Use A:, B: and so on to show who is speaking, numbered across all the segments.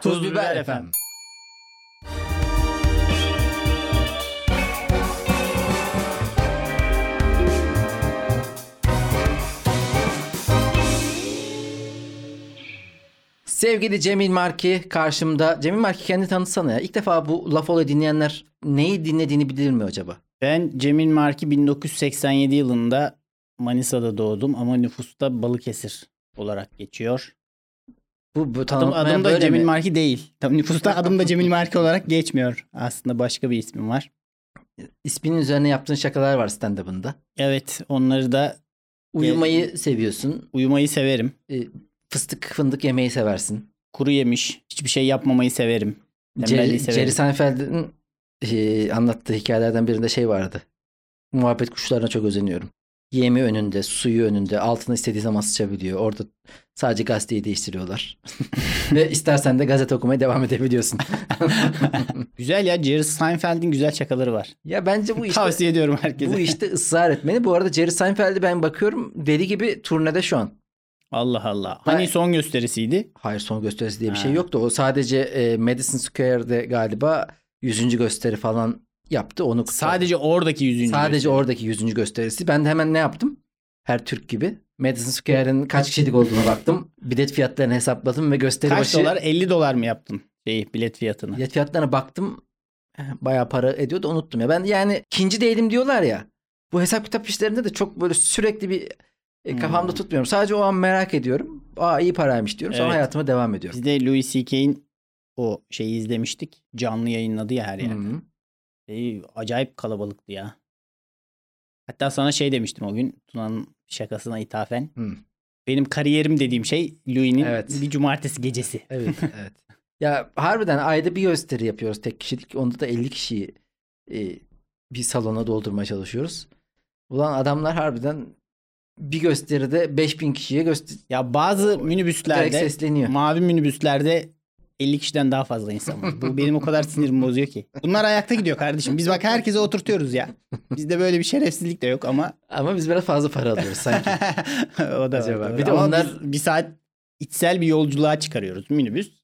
A: Tuz Biber FM. Sevgili Cemil Marki karşımda. Cemil Marki kendi tanıtsana ya. İlk defa bu Laf Olay'ı dinleyenler neyi dinlediğini bilir mi acaba?
B: Ben Cemil Marki 1987 yılında Manisa'da doğdum ama nüfusta Balıkesir olarak geçiyor.
A: Bu, bu
B: Adım,
A: tanıtmaya
B: adım da
A: böyle
B: Cemil
A: mi?
B: Marki değil. Tam nüfusta adım da Cemil Marki olarak geçmiyor. Aslında başka bir ismim var.
A: İsminin üzerine yaptığın şakalar var stand-up'ında.
B: Evet onları da Ee,
A: Uyumayı seviyorsun.
B: uyumayı severim.
A: E, Fıstık fındık yemeyi seversin.
B: Kuru yemiş. Hiçbir şey yapmamayı severim. Tembelliği
A: Jerry,
B: severim.
A: Jerry Seinfeld'in e, anlattığı hikayelerden birinde şey vardı. Muhabbet kuşlarına çok özeniyorum. Yemi önünde, suyu önünde, altını istediği zaman sıçabiliyor. Orada sadece gazeteyi değiştiriyorlar. Ve istersen de gazete okumaya devam edebiliyorsun.
B: güzel ya Jerry Seinfeld'in güzel şakaları var.
A: ya bence bu işte
B: Tavsiye ediyorum herkese.
A: bu işte ısrar etmeni. Bu arada Jerry Seinfeld'i ben bakıyorum deli gibi turnede şu an.
B: Allah Allah.
A: Ben-
B: Hani son gösterisiydi?
A: Hayır son gösterisi diye bir
B: Ha.
A: şey yoktu. O sadece e, Madison Square'de galiba 100. gösteri falan yaptı. Onu kutladı.
B: Sadece oradaki yüzüncü.
A: sadece
B: gösteri.
A: oradaki 100. gösterisi. Ben de hemen ne yaptım? Her Türk gibi Madison Square'in kaç kişilik olduğuna baktım. Bilet fiyatlarını hesapladım ve gösteri
B: Kaç
A: başı
B: dolar? 50 dolar mı yaptın? Şey bilet fiyatını.
A: bilet fiyatlarına baktım. Eh, Bayağı para ediyor da unuttum ya. Ben yani ikinci değilim diyorlar ya. Bu hesap kitap işlerinde de çok böyle sürekli bir e, kafamda
B: Hmm.
A: tutmuyorum. Sadece o an merak ediyorum. Aa iyi paraymış diyorum. Sonra
B: Evet.
A: hayatıma devam ediyorum.
B: Biz de Louis C.K.'in o şeyi izlemiştik. Canlı yayınladı ya her yerde.
A: Hı.
B: Şey, acayip kalabalıktı ya. Hatta sana şey demiştim o gün. Tuna'nın şakasına ithafen.
A: Hı.
B: Benim kariyerim dediğim şey Louis'nin
A: Hmm. Evet.
B: bir cumartesi gecesi.
A: Evet, evet. Ya harbiden ayda bir gösteri yapıyoruz tek kişilik. Onda da 50 kişiyi e, bir salona doldurmaya çalışıyoruz. Ulan adamlar harbiden bir gösteride 5000 kişiye göster
B: Ya bazı
A: direkt
B: minibüslerde,
A: sesleniyor.
B: mavi minibüslerde 50 kişiden daha fazla insan var. Bu benim o kadar sinirimi bozuyor ki. Bunlar ayakta gidiyor kardeşim. Biz bak herkese oturtuyoruz ya. Bizde böyle bir şerefsizlik de yok ama
A: Ama biz biraz fazla para alıyoruz sanki.
B: o da
A: Acaba.
B: Var,
A: Bir
B: bir
A: de
B: de onlar
A: onlar-
B: bir saat içsel bir yolculuğa çıkarıyoruz minibüs.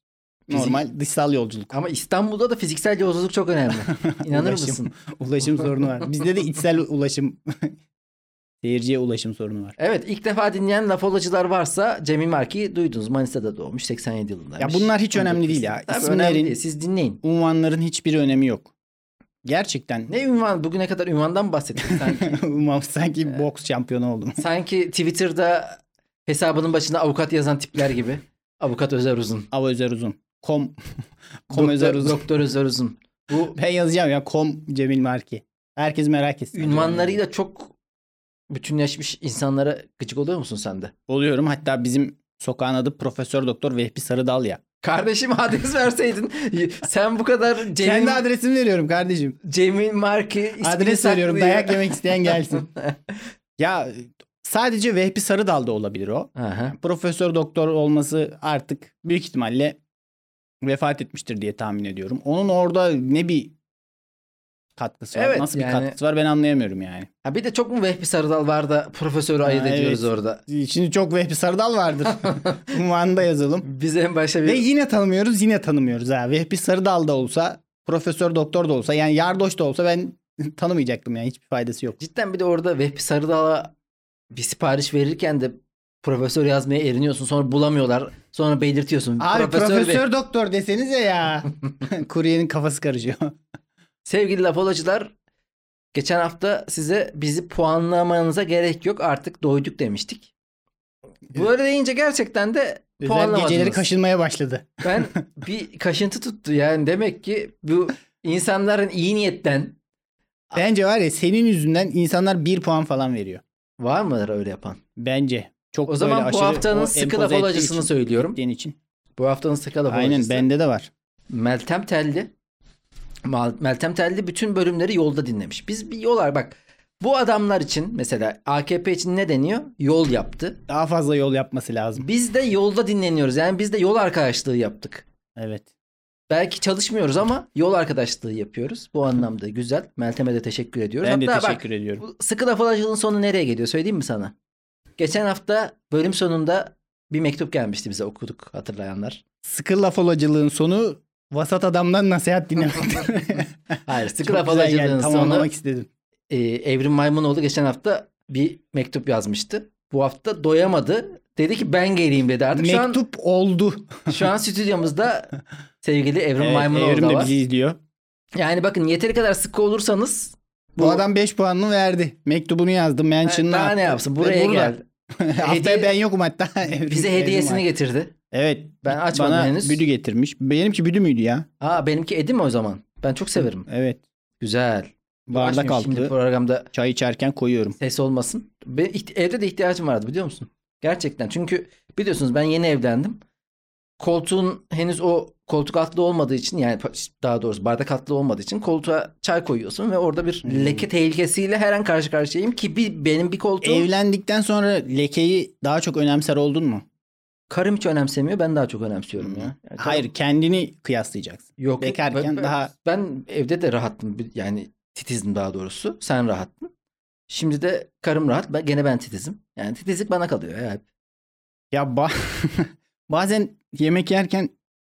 A: Fizik-
B: Normal dışsal yolculuk.
A: Ama İstanbul'da da fiziksel yolculuk çok önemli. İnanır
B: Ulaşım.
A: mısın?
B: Ulaşım sorunu var. Bizde de içsel ulaşım seyirciye ulaşım sorunu var.
A: Evet ilk defa dinleyen laf olacılar varsa Cemil Marki'yi duydunuz. Manisa'da doğmuş 87 yılındaymış.
B: Ya bunlar hiç önemli değil ya.
A: Tabii
B: İsimlerin-
A: önemli değil. Siz dinleyin.
B: Unvanların hiçbir önemi yok. Gerçekten
A: Ne ünvan? Bugüne kadar ünvandan bahsettik sanki.
B: Umam sanki boks şampiyonu oldum.
A: Sanki Twitter'da hesabının başında avukat yazan tipler gibi. Avukat Özer Uzun.
B: Av Özer Uzun. Kom. Kom Özer
A: Doktor-
B: Uzun.
A: Doktor Özer Uzun. Bu
B: Ben yazacağım ya Kom Cemil Marki. Herkes merak etsin.
A: ünvanlarıyla çok bütünleşmiş insanlara gıcık oluyor musun sen de?
B: Oluyorum. Hatta bizim sokağın adı Profesör Doktor Vehbi Sarıdal ya.
A: Kardeşim adres verseydin. Sen bu kadar Cemil,
B: Kendi adresimi veriyorum kardeşim.
A: Cemil Marki ismini
B: Adres veriyorum.
A: saklıyor.
B: Dayak yemek isteyen gelsin. ya sadece Vehbi Sarıdal da olabilir o.
A: Aha.
B: Profesör doktor olması artık büyük ihtimalle vefat etmiştir diye tahmin ediyorum. Onun orada ne bir katkısı var?
A: Evet,
B: nasıl
A: yani-
B: bir katkısı var ben anlayamıyorum yani.
A: Ha bir de çok mu Vehbi Sarıdal var da profesörü ayırt
B: Ha,
A: ediyoruz
B: evet.
A: orada.
B: Şimdi çok Vehbi Sarıdal vardır. Unvanı da yazalım.
A: Biz en başta bir...
B: Ve yine tanımıyoruz yine tanımıyoruz. Ha. Vehbi Sarıdal da olsa, Profesör Doktor da olsa yani Yardoş da olsa ben tanımayacaktım yani hiçbir faydası yok.
A: Cidden bir de orada Vehbi Sarıdal'a bir sipariş verirken de profesör yazmaya eriniyorsun. Sonra bulamıyorlar. Sonra belirtiyorsun.
B: Abi
A: profesör,
B: profesör,
A: Vehbi-
B: doktor desenize ya. Kuryenin kafası karışıyor.
A: Sevgili lafolacılar geçen hafta size bizi puanlamanıza gerek yok artık doyduk demiştik. Böyle deyince gerçekten de
B: Özel
A: puanlamadınız.
B: geceleri kaşınmaya başladı.
A: Ben bir kaşıntı tuttu yani demek ki bu insanların iyi niyetten
B: Bence var ya senin yüzünden insanlar bir puan falan veriyor.
A: var mıdır öyle yapan?
B: Bence. Çok
A: O zaman
B: böyle
A: bu
B: aşırı
A: haftanın
B: o
A: sıkı
B: empoze ettiği
A: lafolacısını
B: için-
A: söylüyorum.
B: ettiğin için.
A: Bu haftanın sıkı lafolacısı.
B: Aynen bende de var.
A: Meltem Telli Mal- Meltem Telli bütün bölümleri yolda dinlemiş. Biz bir yol ar- bak bu adamlar için mesela AKP için ne deniyor? Yol yaptı.
B: Daha fazla yol yapması lazım.
A: Biz de yolda dinleniyoruz. Yani biz de yol arkadaşlığı yaptık.
B: Evet.
A: Belki çalışmıyoruz ama yol arkadaşlığı yapıyoruz. Bu anlamda güzel. Meltem'e de teşekkür ediyoruz.
B: Ben de
A: Hatta
B: teşekkür ediyorum.
A: bak bu sıkı laf alacılığın sonu nereye geliyor söyleyeyim mi sana? Geçen hafta bölüm sonunda bir mektup gelmişti bize okuduk hatırlayanlar.
B: Sıkı laf olacılığın sonu vasat adamdan nasihat dinlemektir.
A: Hayır sıkı
B: Çok
A: laf
B: güzel geldi,
A: alacağının sonu
B: Tamamlamak istedim.
A: e, Evrim Maymunoğlu geçen hafta bir mektup yazmıştı. Bu hafta doyamadı. Dedi ki ben geleyim dedi. Artık şu an
B: Mektup oldu.
A: Şu an stüdyomuzda sevgili Evrim
B: Evet,
A: Maymunoğlu
B: Evrim
A: da
B: de
A: var.
B: bizi izliyor.
A: Yani bakın yeteri kadar sıkı olursanız
B: Bu, adam 5 puanını verdi. Mektubunu yazdım. Mention'ını
A: daha
B: attı.
A: ne yapsın? Buraya
B: Burada.
A: gel. Hediye-
B: Haftaya ben yokum hatta. Evrim-
A: Bize
B: Evrim
A: hediyesini
B: var.
A: getirdi.
B: Evet.
A: Ben açmadım
B: bana
A: henüz.
B: büdü getirmiş. Benimki büdü müydü ya?
A: Aa benimki Edi mi o zaman? Ben çok severim.
B: Evet.
A: Güzel.
B: Bardak
A: Açmayayım Şimdi
B: altı.
A: programda
B: Çay içerken koyuyorum.
A: ses olmasın. Ben, iht- evde de ihtiyacım vardı biliyor musun? Gerçekten. Çünkü biliyorsunuz ben yeni evlendim. Koltuğun henüz o koltuk altlı olmadığı için yani pa- daha doğrusu bardak altlı olmadığı için koltuğa çay koyuyorsun ve orada bir
B: Hmm.
A: leke tehlikesiyle her an karşı karşıyayım ki bir, benim bir koltuğum
B: Evlendikten sonra lekeyi daha çok önemser oldun mu?
A: Karım hiç önemsemiyor. Ben daha çok önemsiyorum
B: Hmm.
A: ya. Yani karım-
B: Hayır kendini kıyaslayacaksın.
A: Yok.
B: bekarken
A: ben- ben-
B: daha-
A: Ben evde de rahattım. Bir- Yani titizdim daha doğrusu. Sen rahattın. Şimdi de karım rahat. Ben, gene ben titizim. Yani titizlik bana kalıyor ya.
B: Ya ba- bazen yemek yerken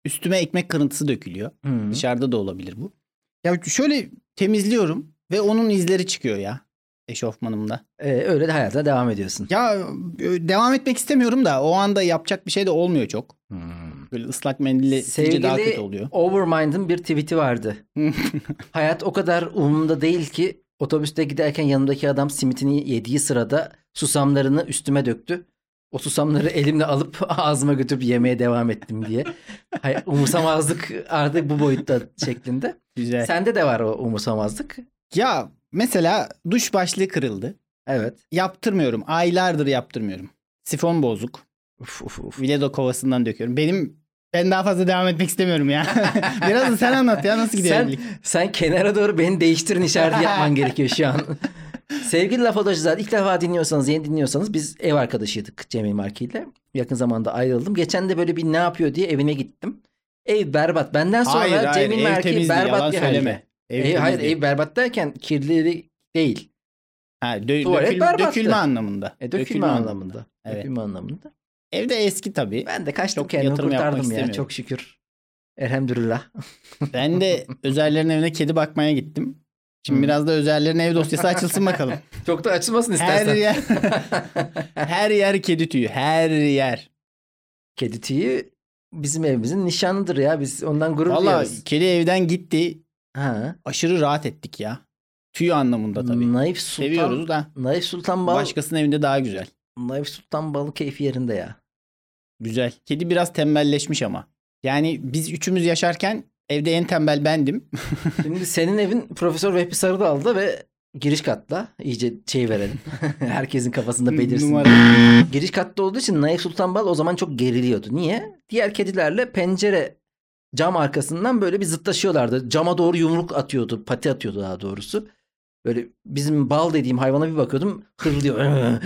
B: üstüme ekmek kırıntısı dökülüyor.
A: Hmm.
B: Dışarıda da olabilir bu. Ya şöyle temizliyorum ve onun izleri çıkıyor ya eşofmanımda.
A: Ee, öyle de hayata devam ediyorsun.
B: Ya e, devam etmek istemiyorum da o anda yapacak bir şey de olmuyor çok.
A: Hmm.
B: Böyle ıslak mendille silince daha
A: Sevgili
B: kötü oluyor.
A: Overmind'ın bir tweet'i vardı. Hayat o kadar umurumda değil ki otobüste giderken yanımdaki adam simitini yediği sırada susamlarını üstüme döktü. O susamları elimle alıp ağzıma götürüp yemeye devam ettim diye. Hay- umursamazlık artık bu boyutta şeklinde.
B: Güzel.
A: Sende de var o umursamazlık.
B: Ya mesela duş başlığı kırıldı.
A: Evet.
B: Yaptırmıyorum. Aylardır yaptırmıyorum. Sifon bozuk.
A: Uf uf uf.
B: Viledo kovasından döküyorum. Benim ben daha fazla devam etmek istemiyorum ya. Biraz da sen anlat ya nasıl gidiyor
A: Sen-
B: evlilik?
A: Sen kenara doğru beni değiştirin işareti yapman gerekiyor şu an. Sevgili Laf Odacılar ilk defa dinliyorsanız yeni dinliyorsanız biz ev arkadaşıydık Cemil Marki ile. Yakın zamanda ayrıldım. Geçen de böyle bir ne yapıyor diye evine gittim. Ev berbat. Benden sonra
B: Hayır hayır
A: Cemil
B: ev
A: Marki
B: temizliği yalan
A: berbat bir halde.
B: söyleme. Ev
A: Ev, hayır
B: temizliği.
A: ev berbat derken kirli değil.
B: Ha, dö-
A: tuvalet
B: dökül-
A: berbattı.
B: dökülme anlamında.
A: E, dökülme, anlamında.
B: Evet.
A: Dökülme anlamında.
B: Evde eski tabii.
A: Ben de kaçtım
B: Çok
A: kendimi
B: yatırım yapmak
A: kurtardım ya
B: istemiyorum.
A: çok şükür. Elhamdülillah.
B: Ben de özellerin evine kedi bakmaya gittim. Şimdi
A: Hı.
B: biraz da özellerin ev dosyası açılsın bakalım.
A: Çok da açılmasın
B: her
A: istersen.
B: yer her yer kedi tüyü. Her yer.
A: Kedi tüyü bizim evimizin nişanıdır ya. Biz ondan gurur
B: Valla
A: duyuyoruz.
B: kedi evden gitti.
A: Ha.
B: Aşırı rahat ettik ya. Tüy anlamında tabii.
A: Naif Hmm, Sultan.
B: Seviyoruz da.
A: Naif Sultan Bal.
B: Başkasının evinde daha güzel.
A: Naif Sultan Bal'ı keyfi yerinde ya.
B: Güzel. Kedi biraz tembelleşmiş ama. Yani biz üçümüz yaşarken evde en tembel bendim.
A: Şimdi senin evin Profesör Vehbi Sarıdal'da ve giriş katta iyice şey verelim. Herkesin kafasında belirsin.
B: Numara.
A: Giriş katta olduğu için Naif Sultan Bal o zaman çok geriliyordu. Niye? Diğer kedilerle pencere cam arkasından böyle bir zıtlaşıyorlardı. Cama doğru yumruk atıyordu. Pati atıyordu daha doğrusu. Böyle bizim bal dediğim hayvana bir bakıyordum hırlıyor.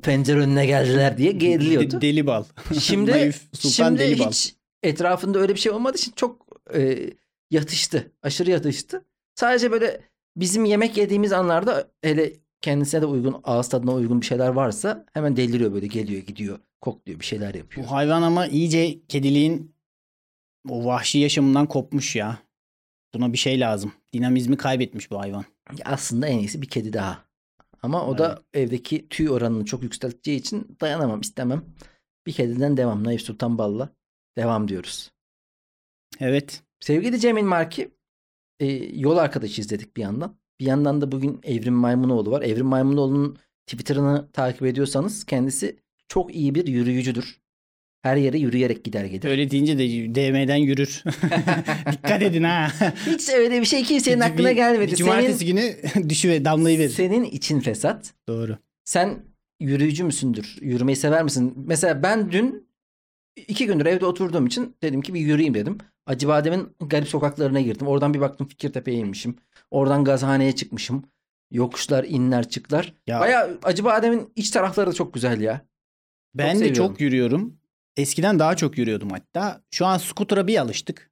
A: pencere önüne geldiler diye geriliyordu.
B: De- Deli bal.
A: Şimdi
B: Naif Sultan
A: şimdi
B: Delibal.
A: hiç etrafında öyle bir şey olmadığı için çok e, yatıştı. Aşırı yatıştı. Sadece böyle bizim yemek yediğimiz anlarda hele kendisine de uygun ağız tadına uygun bir şeyler varsa hemen deliriyor böyle geliyor gidiyor kokluyor bir şeyler yapıyor.
B: Bu hayvan ama iyice kediliğin o vahşi yaşamından kopmuş ya. Buna bir şey lazım. Dinamizmi kaybetmiş bu hayvan.
A: Ya Aslında en iyisi bir kedi daha. Ama o da evdeki tüy oranını çok yükselteceği için dayanamam istemem. Bir kediden devam. Naif Sultan Balla devam diyoruz.
B: Evet.
A: Sevgili Cemil Marki e, yol arkadaşıyız dedik bir yandan. Bir yandan da bugün Evrim Maymunoğlu var. Evrim Maymunoğlu'nun Twitter'ını takip ediyorsanız kendisi çok iyi bir yürüyücüdür. Her yere yürüyerek gider gelir.
B: Öyle deyince de DM'den yürür. Dikkat edin ha.
A: Hiç öyle bir şey kimsenin
B: Bir-
A: aklına
B: bir-
A: gelmedi.
B: bir
A: Senin,
B: Cumartesi günü düşü ve damlayı verir.
A: senin için fesat.
B: Doğru.
A: Sen yürüyücü müsündür? Yürümeyi sever misin? Mesela ben dün iki gündür evde oturduğum için dedim ki bir yürüyeyim dedim. Acıbadem'in garip sokaklarına girdim. Oradan bir baktım Fikirtepe'ye inmişim. Oradan gazhaneye çıkmışım. Yokuşlar, inler, çıklar.
B: Ya
A: Baya Acıbadem'in iç tarafları da çok güzel ya.
B: ben de
A: seviyorum.
B: çok yürüyorum. Eskiden daha çok yürüyordum hatta. Şu an scooter'a bir alıştık.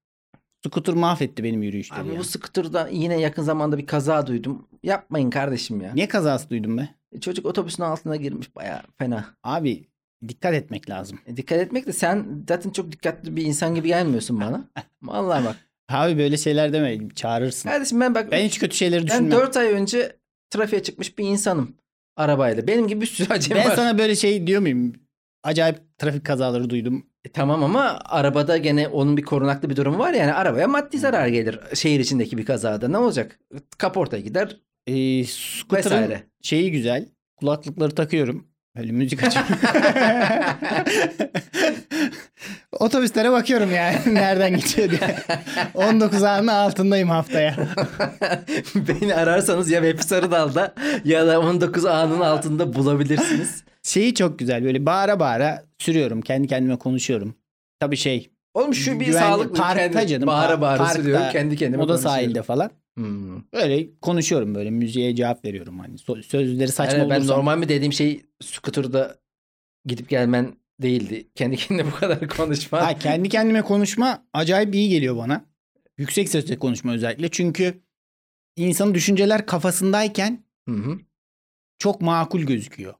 B: Scooter mahvetti benim yürüyüşleri.
A: Abi
B: ya.
A: bu scooter'dan yine yakın zamanda bir kaza duydum. Yapmayın kardeşim ya. E,
B: Ne kazası duydum be?
A: Çocuk otobüsün altına girmiş baya fena.
B: Abi Dikkat etmek lazım.
A: E, dikkat etmek de sen zaten çok dikkatli bir insan gibi gelmiyorsun bana. Vallahi bak.
B: Abi böyle şeyler deme. Çağırırsın.
A: Kardeşim ben bak
B: Ben hiç kötü şeyleri
A: ben
B: düşünmem.
A: 4 ay önce trafiğe çıkmış bir insanım arabayla. Benim gibi bir sürü acemi
B: Ben
A: var.
B: sana böyle şey diyor muyum? Acayip trafik kazaları duydum.
A: E, tamam ama arabada gene onun bir korunaklı bir durumu var yani arabaya maddi
B: Hmm.
A: zarar gelir şehir içindeki bir kazada ne olacak? Kaporta gider
B: Ee, scooter'ın
A: vesaire.
B: şeyi güzel. Kulaklıkları takıyorum. Öyle müzik açıp. Otobüslere bakıyorum yani nereden geçiyor diye. 19 ağının altındayım haftaya.
A: Beni ararsanız ya Web Sarıdal'da ya da 19 A'nın altında bulabilirsiniz.
B: Şeyi çok güzel böyle bağıra bağıra sürüyorum. Kendi kendime konuşuyorum. Tabii şey
A: Oğlum şu bir
B: Güvenli-
A: sağlık
B: parkta
A: kendi,
B: canım,
A: Bağıra
B: par-
A: bağıra
B: parkta,
A: sürüyorum kendi kendime
B: moda
A: konuşuyorum.
B: sahilde falan.
A: Hmm.
B: Öyle konuşuyorum böyle müziğe cevap veriyorum. Hani so- sözleri saçma
A: Yani ben
B: olursam-
A: normal mi dediğim şey scooter'da gidip gelmen değildi. Kendi kendine bu kadar konuşma.
B: Ha, kendi kendime konuşma acayip iyi geliyor bana. Yüksek sesle konuşma özellikle. Çünkü insanın düşünceler kafasındayken
A: Hı hı.
B: çok makul gözüküyor.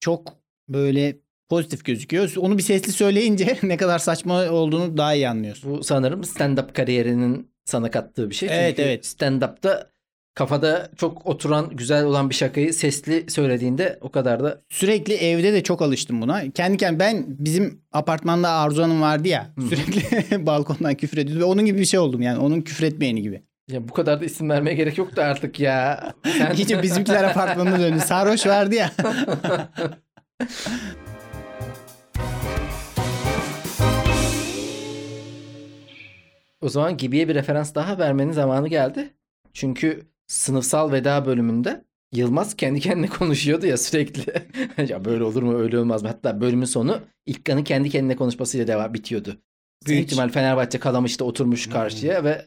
B: Çok böyle pozitif gözüküyor. Onu bir sesli söyleyince ne kadar saçma olduğunu daha iyi anlıyorsun.
A: Bu sanırım stand-up kariyerinin sana kattığı bir şey.
B: Evet,
A: Çünkü
B: evet.
A: stand-up'ta kafada çok oturan, güzel olan bir şakayı sesli söylediğinde o kadar da
B: Sürekli evde de çok alıştım buna. Kendi kendime ben bizim apartmanda Arzu Hanım vardı ya.
A: Hı.
B: Sürekli balkondan küfür ediyordu ve onun gibi bir şey oldum yani. Onun küfretmeyeni gibi.
A: ya bu kadar da isim vermeye gerek yoktu artık ya. Sen...
B: İyice bizimkiler apartmanına döndü. Sarhoş vardı ya.
A: O zaman Gibi'ye bir referans daha vermenin zamanı geldi. Çünkü sınıfsal veda bölümünde Yılmaz kendi kendine konuşuyordu ya sürekli. ya böyle olur mu öyle olmaz mı? Hatta bölümün sonu İlkan'ın kendi kendine konuşmasıyla devam bitiyordu. Büyük
B: Hiç.
A: ihtimal Fenerbahçe kalamıştı oturmuş karşıya ve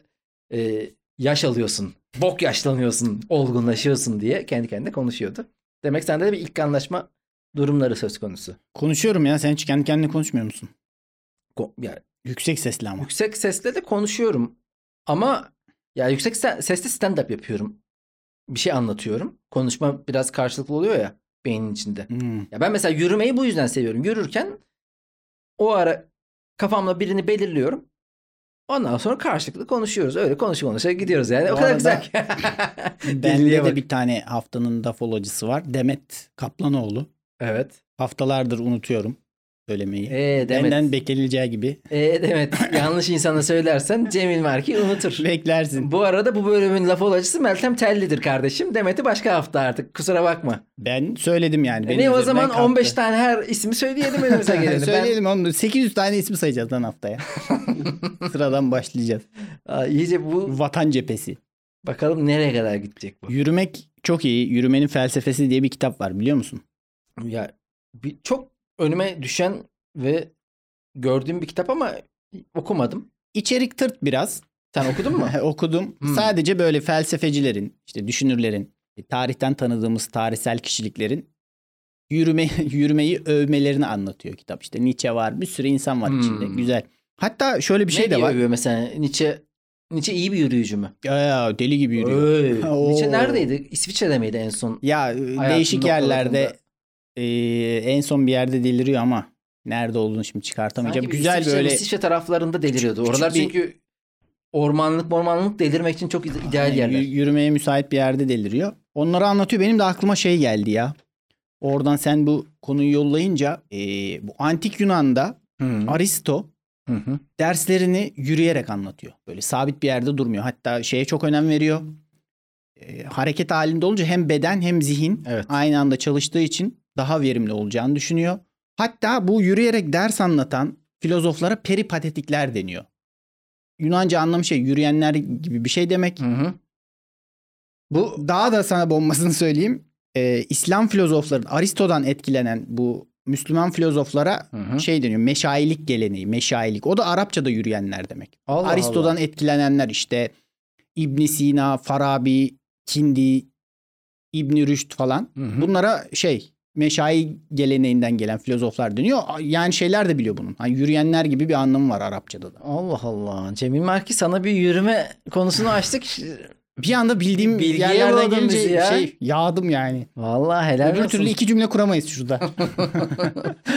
A: e, yaş alıyorsun. Bok yaşlanıyorsun, olgunlaşıyorsun diye kendi kendine konuşuyordu. Demek sende de bir İlkanlaşma durumları söz konusu.
B: Konuşuyorum ya. Sen hiç kendi kendine konuşmuyor musun?
A: Ko- yani
B: Yüksek sesli ama.
A: Yüksek sesle de konuşuyorum. Ama ya yüksek se- sesle stand up yapıyorum. Bir şey anlatıyorum. Konuşma biraz karşılıklı oluyor ya beynin içinde.
B: Hmm.
A: Ya ben mesela yürümeyi bu yüzden seviyorum. Yürürken o ara kafamla birini belirliyorum. Ondan sonra karşılıklı konuşuyoruz. Öyle konuşa konuşa gidiyoruz yani.
B: Bu
A: o kadar
B: arada
A: güzel. ki. Dilliye
B: Bende
A: bak.
B: de bir tane haftanın dafologisi var. Demet Kaplanoğlu.
A: Evet.
B: Haftalardır unutuyorum söylemeyi.
A: Ee, Demet.
B: Benden beklenileceği gibi.
A: Ee, Demet. Yanlış insana söylersen Cemil Marki unutur.
B: Beklersin.
A: Bu arada bu bölümün laf olacısı Meltem Telli'dir kardeşim. Demet'i başka hafta artık. Kusura bakma.
B: Ben söyledim yani.
A: E
B: Benim
A: ne o
B: üzerimden
A: zaman
B: kalktı.
A: 15 tane her ismi söyleyelim önümüze gelelim. ben
B: Söyleyelim onu. 800 tane ismi sayacağız lan haftaya. Sıradan başlayacağız.
A: Aa, iyice bu
B: Vatan cephesi.
A: bakalım nereye kadar gidecek bu.
B: Yürümek çok iyi. Yürümenin felsefesi diye bir kitap var biliyor musun?
A: Ya bir, çok önüme düşen ve gördüğüm bir kitap ama okumadım.
B: İçerik tırt biraz.
A: Sen okudun mu?
B: Okudum.
A: Hmm.
B: Sadece böyle felsefecilerin, işte düşünürlerin, e, tarihten tanıdığımız tarihsel kişiliklerin yürüme, yürümeyi övmelerini anlatıyor kitap. İşte Nietzsche var, bir sürü insan var
A: Hmm.
B: içinde. Güzel. Hatta şöyle bir
A: Ne
B: şey de
A: diye
B: var.
A: övüyor mesela Nietzsche Nietzsche iyi bir yürüyücü mü?
B: Ya, deli gibi yürüyor.
A: Öy.
B: Oo.
A: Nietzsche neredeydi? İsviçre'de miydi en son?
B: Ya e, değişik
A: noktalarında.
B: yerlerde e, en son bir yerde deliriyor ama nerede olduğunu şimdi çıkartamayacağım.
A: Sanki bir
B: Güzel
A: İsviçre,
B: böyle
A: İsviçre taraflarında deliriyordu.
B: küçük
A: Oralar
B: bir-
A: çünkü ormanlık ormanlık delirmek için çok ide- ideal
B: Yani
A: yerler.
B: Hani yü- Yürümeye müsait bir yerde deliriyor. Onları anlatıyor. Benim de aklıma şey geldi ya. Oradan sen bu konuyu yollayınca e, bu antik Yunan'da Aristo
A: Hı hı.
B: derslerini yürüyerek anlatıyor. Böyle sabit bir yerde durmuyor. Hatta şeye çok önem veriyor. E, hareket halinde olunca hem beden hem zihin
A: Evet.
B: aynı anda çalıştığı için daha verimli olacağını düşünüyor. Hatta bu yürüyerek ders anlatan filozoflara peripatetikler deniyor. Yunanca anlamı şey yürüyenler gibi bir şey demek.
A: Hı hı.
B: Bu daha da sana bombasını söyleyeyim. Ee, İslam filozofların Aristo'dan etkilenen bu Müslüman filozoflara
A: Hı hı.
B: şey deniyor. Meşailik geleneği, meşailik. O da Arapçada yürüyenler demek.
A: Allah
B: Aristo'dan
A: Allah.
B: etkilenenler işte İbn Sina, Farabi, Kindi, İbn Rüşd falan.
A: Hı hı.
B: Bunlara şey meşai geleneğinden gelen filozoflar deniyor. Yani şeyler de biliyor bunun. Hani yürüyenler gibi bir anlamı var Arapçada da.
A: Allah Allah. Cemil Marki sana bir yürüme konusunu açtık.
B: Bir anda bildiğim
A: Bilgiye
B: yerlerden
A: buladın
B: gelince
A: bizi ya.
B: şey yağdım yani.
A: Vallahi helal
B: Öbür
A: olsun.
B: türlü iki cümle kuramayız şurada.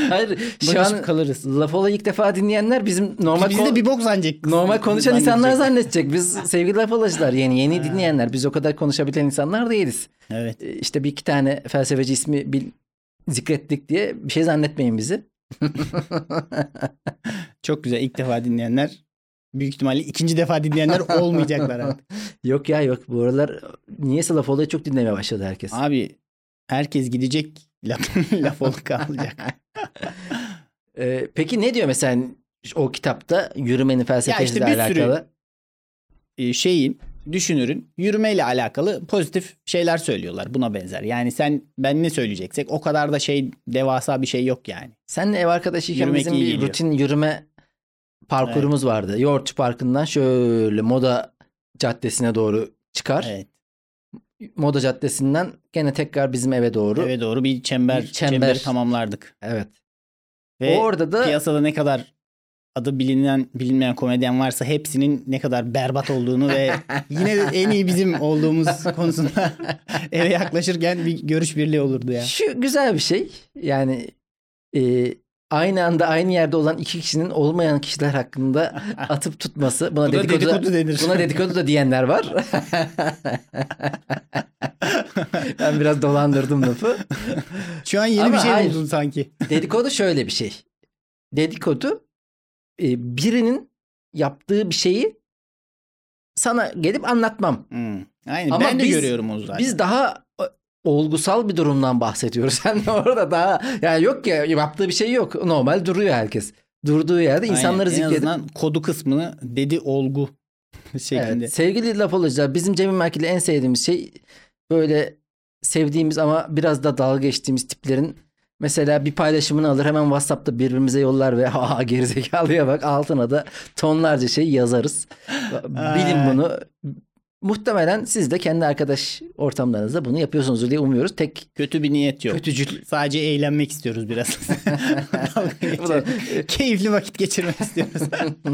A: Hayır şu
B: Barışıp
A: an
B: kalırız.
A: Lafola'yı ilk defa dinleyenler bizim normal
B: Biz de
A: kon-
B: bir bok zannedecek.
A: normal konuşan
B: Zannedecek.
A: insanlar zannedecek. Biz sevgili Lafolacılar yeni yeni dinleyenler. Biz o kadar konuşabilen insanlar değiliz.
B: Evet.
A: Ee, İşte bir iki tane felsefeci ismi bil- zikrettik diye bir şey zannetmeyin bizi.
B: Çok güzel. İlk defa dinleyenler büyük ihtimalle ikinci defa dinleyenler olmayacaklar artık.
A: Yok ya yok. Bu aralar niyeyse Lafola'yı çok dinlemeye başladı herkes.
B: Abi herkes gidecek laf, laf ol kalacak.
A: Ee, peki ne diyor mesela o kitapta yürümenin felsefesiyle
B: bir sürü-
A: alakalı?
B: Ee, şeyin düşünürün yürümeyle alakalı pozitif şeyler söylüyorlar buna benzer. Yani sen ben ne söyleyeceksek o kadar da şey devasa bir şey yok yani.
A: Senle ev arkadaşıyken
B: Yürümek
A: bizim
B: iyi
A: bir
B: geliyor.
A: rutin yürüme parkurumuz vardı. Yoğurtçu Parkı'ndan şöyle Moda Caddesi'ne doğru çıkar.
B: Evet.
A: Moda Caddesi'nden gene tekrar bizim eve doğru. Evet.
B: Eve doğru bir çember,
A: Bir çember.
B: çemberi tamamlardık. Ve
A: Orada da
B: piyasada ne kadar adı bilinen bilinmeyen komedyen varsa hepsinin ne kadar berbat olduğunu ve yine de en iyi bizim olduğumuz konusunda eve yaklaşırken bir görüş birliği olurdu ya.
A: şu güzel bir şey. Yani e, aynı anda aynı yerde olan iki kişinin olmayan kişiler hakkında atıp tutması. Buna
B: Bu da
A: dedikodu, da-
B: dedikodu denir.
A: buna dedikodu da diyenler var. ben biraz dolandırdım lafı.
B: Şu an yeni
A: Ama
B: bir şey
A: hayır.
B: buldun sanki.
A: Dedikodu şöyle bir şey. Dedikodu e, birinin yaptığı bir şeyi sana gelip anlatmam.
B: Hmm. Aynen
A: Ama
B: ben de
A: biz-
B: görüyorum onu zaten.
A: Biz daha e, olgusal bir durumdan bahsediyoruz. Sen de orada daha yani yok ya yaptığı bir şey yok. Normal duruyor herkes. Durduğu yerde
B: Aynen,
A: insanları
B: en
A: zikredip
B: azından kodu kısmını dedi olgu şeklinde.
A: Evet, sevgili laf alıcılar, bizim Cemil Merkil'le en sevdiğimiz şey böyle sevdiğimiz ama biraz da dalga geçtiğimiz tiplerin mesela bir paylaşımını alır hemen WhatsApp'ta birbirimize yollar ve ha gerizekalıya bak altına da tonlarca şey yazarız. Bilin
B: Ay.
A: bunu. Muhtemelen siz de kendi arkadaş ortamlarınızda bunu yapıyorsunuz diye umuyoruz. Tek
B: Kötü bir niyet yok.
A: kötücül
B: Sadece eğlenmek istiyoruz biraz. Dalga
A: Bu da-
B: geçelim. Keyifli vakit geçirmek istiyoruz.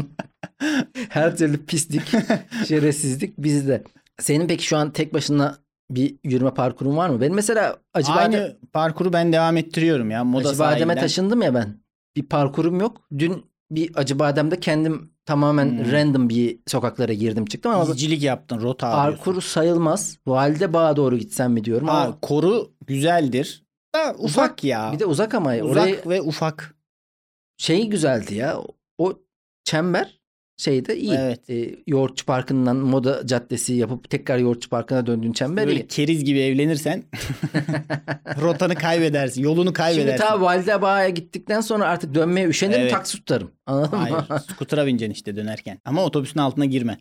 A: her türlü pislik, şerefsizlik bizde. Senin peki şu an tek başına bir yürüme parkurun var mı? Benim mesela acaba
B: Aynı parkuru ben devam ettiriyorum ya. Moda
A: Acıbadem'e
B: sahilden.
A: taşındım ya ben. Bir parkurum yok. Dün bir Acıbadem'de kendim tamamen
B: Hmm.
A: random bir sokaklara girdim çıktım ama
B: İzcilik yaptın rota arıyorsun.
A: parkur sayılmaz. Valide Bağ'a doğru gitsem mi diyorum.
B: Ha,
A: ama
B: koru güzeldir. Da uzak,
A: Uzak,
B: ya.
A: bir de uzak ama
B: uzak
A: orayı
B: ve ufak.
A: şey güzeldi ya. O çember şeyde iyi.
B: Evet.
A: E, Yoğurtçu Parkı'ndan Moda Caddesi yapıp tekrar Yoğurtçu Parkı'na döndüğün çember
B: Böyle
A: iyi.
B: keriz gibi evlenirsen rotanı kaybedersin, yolunu
A: Şimdi
B: kaybedersin.
A: ta Valide Bağ'a gittikten sonra artık dönmeye üşenirim
B: Evet.
A: taksi tutarım. Anladın mı?
B: Hayır, skutura bineceksin işte dönerken. Ama otobüsün altına girme.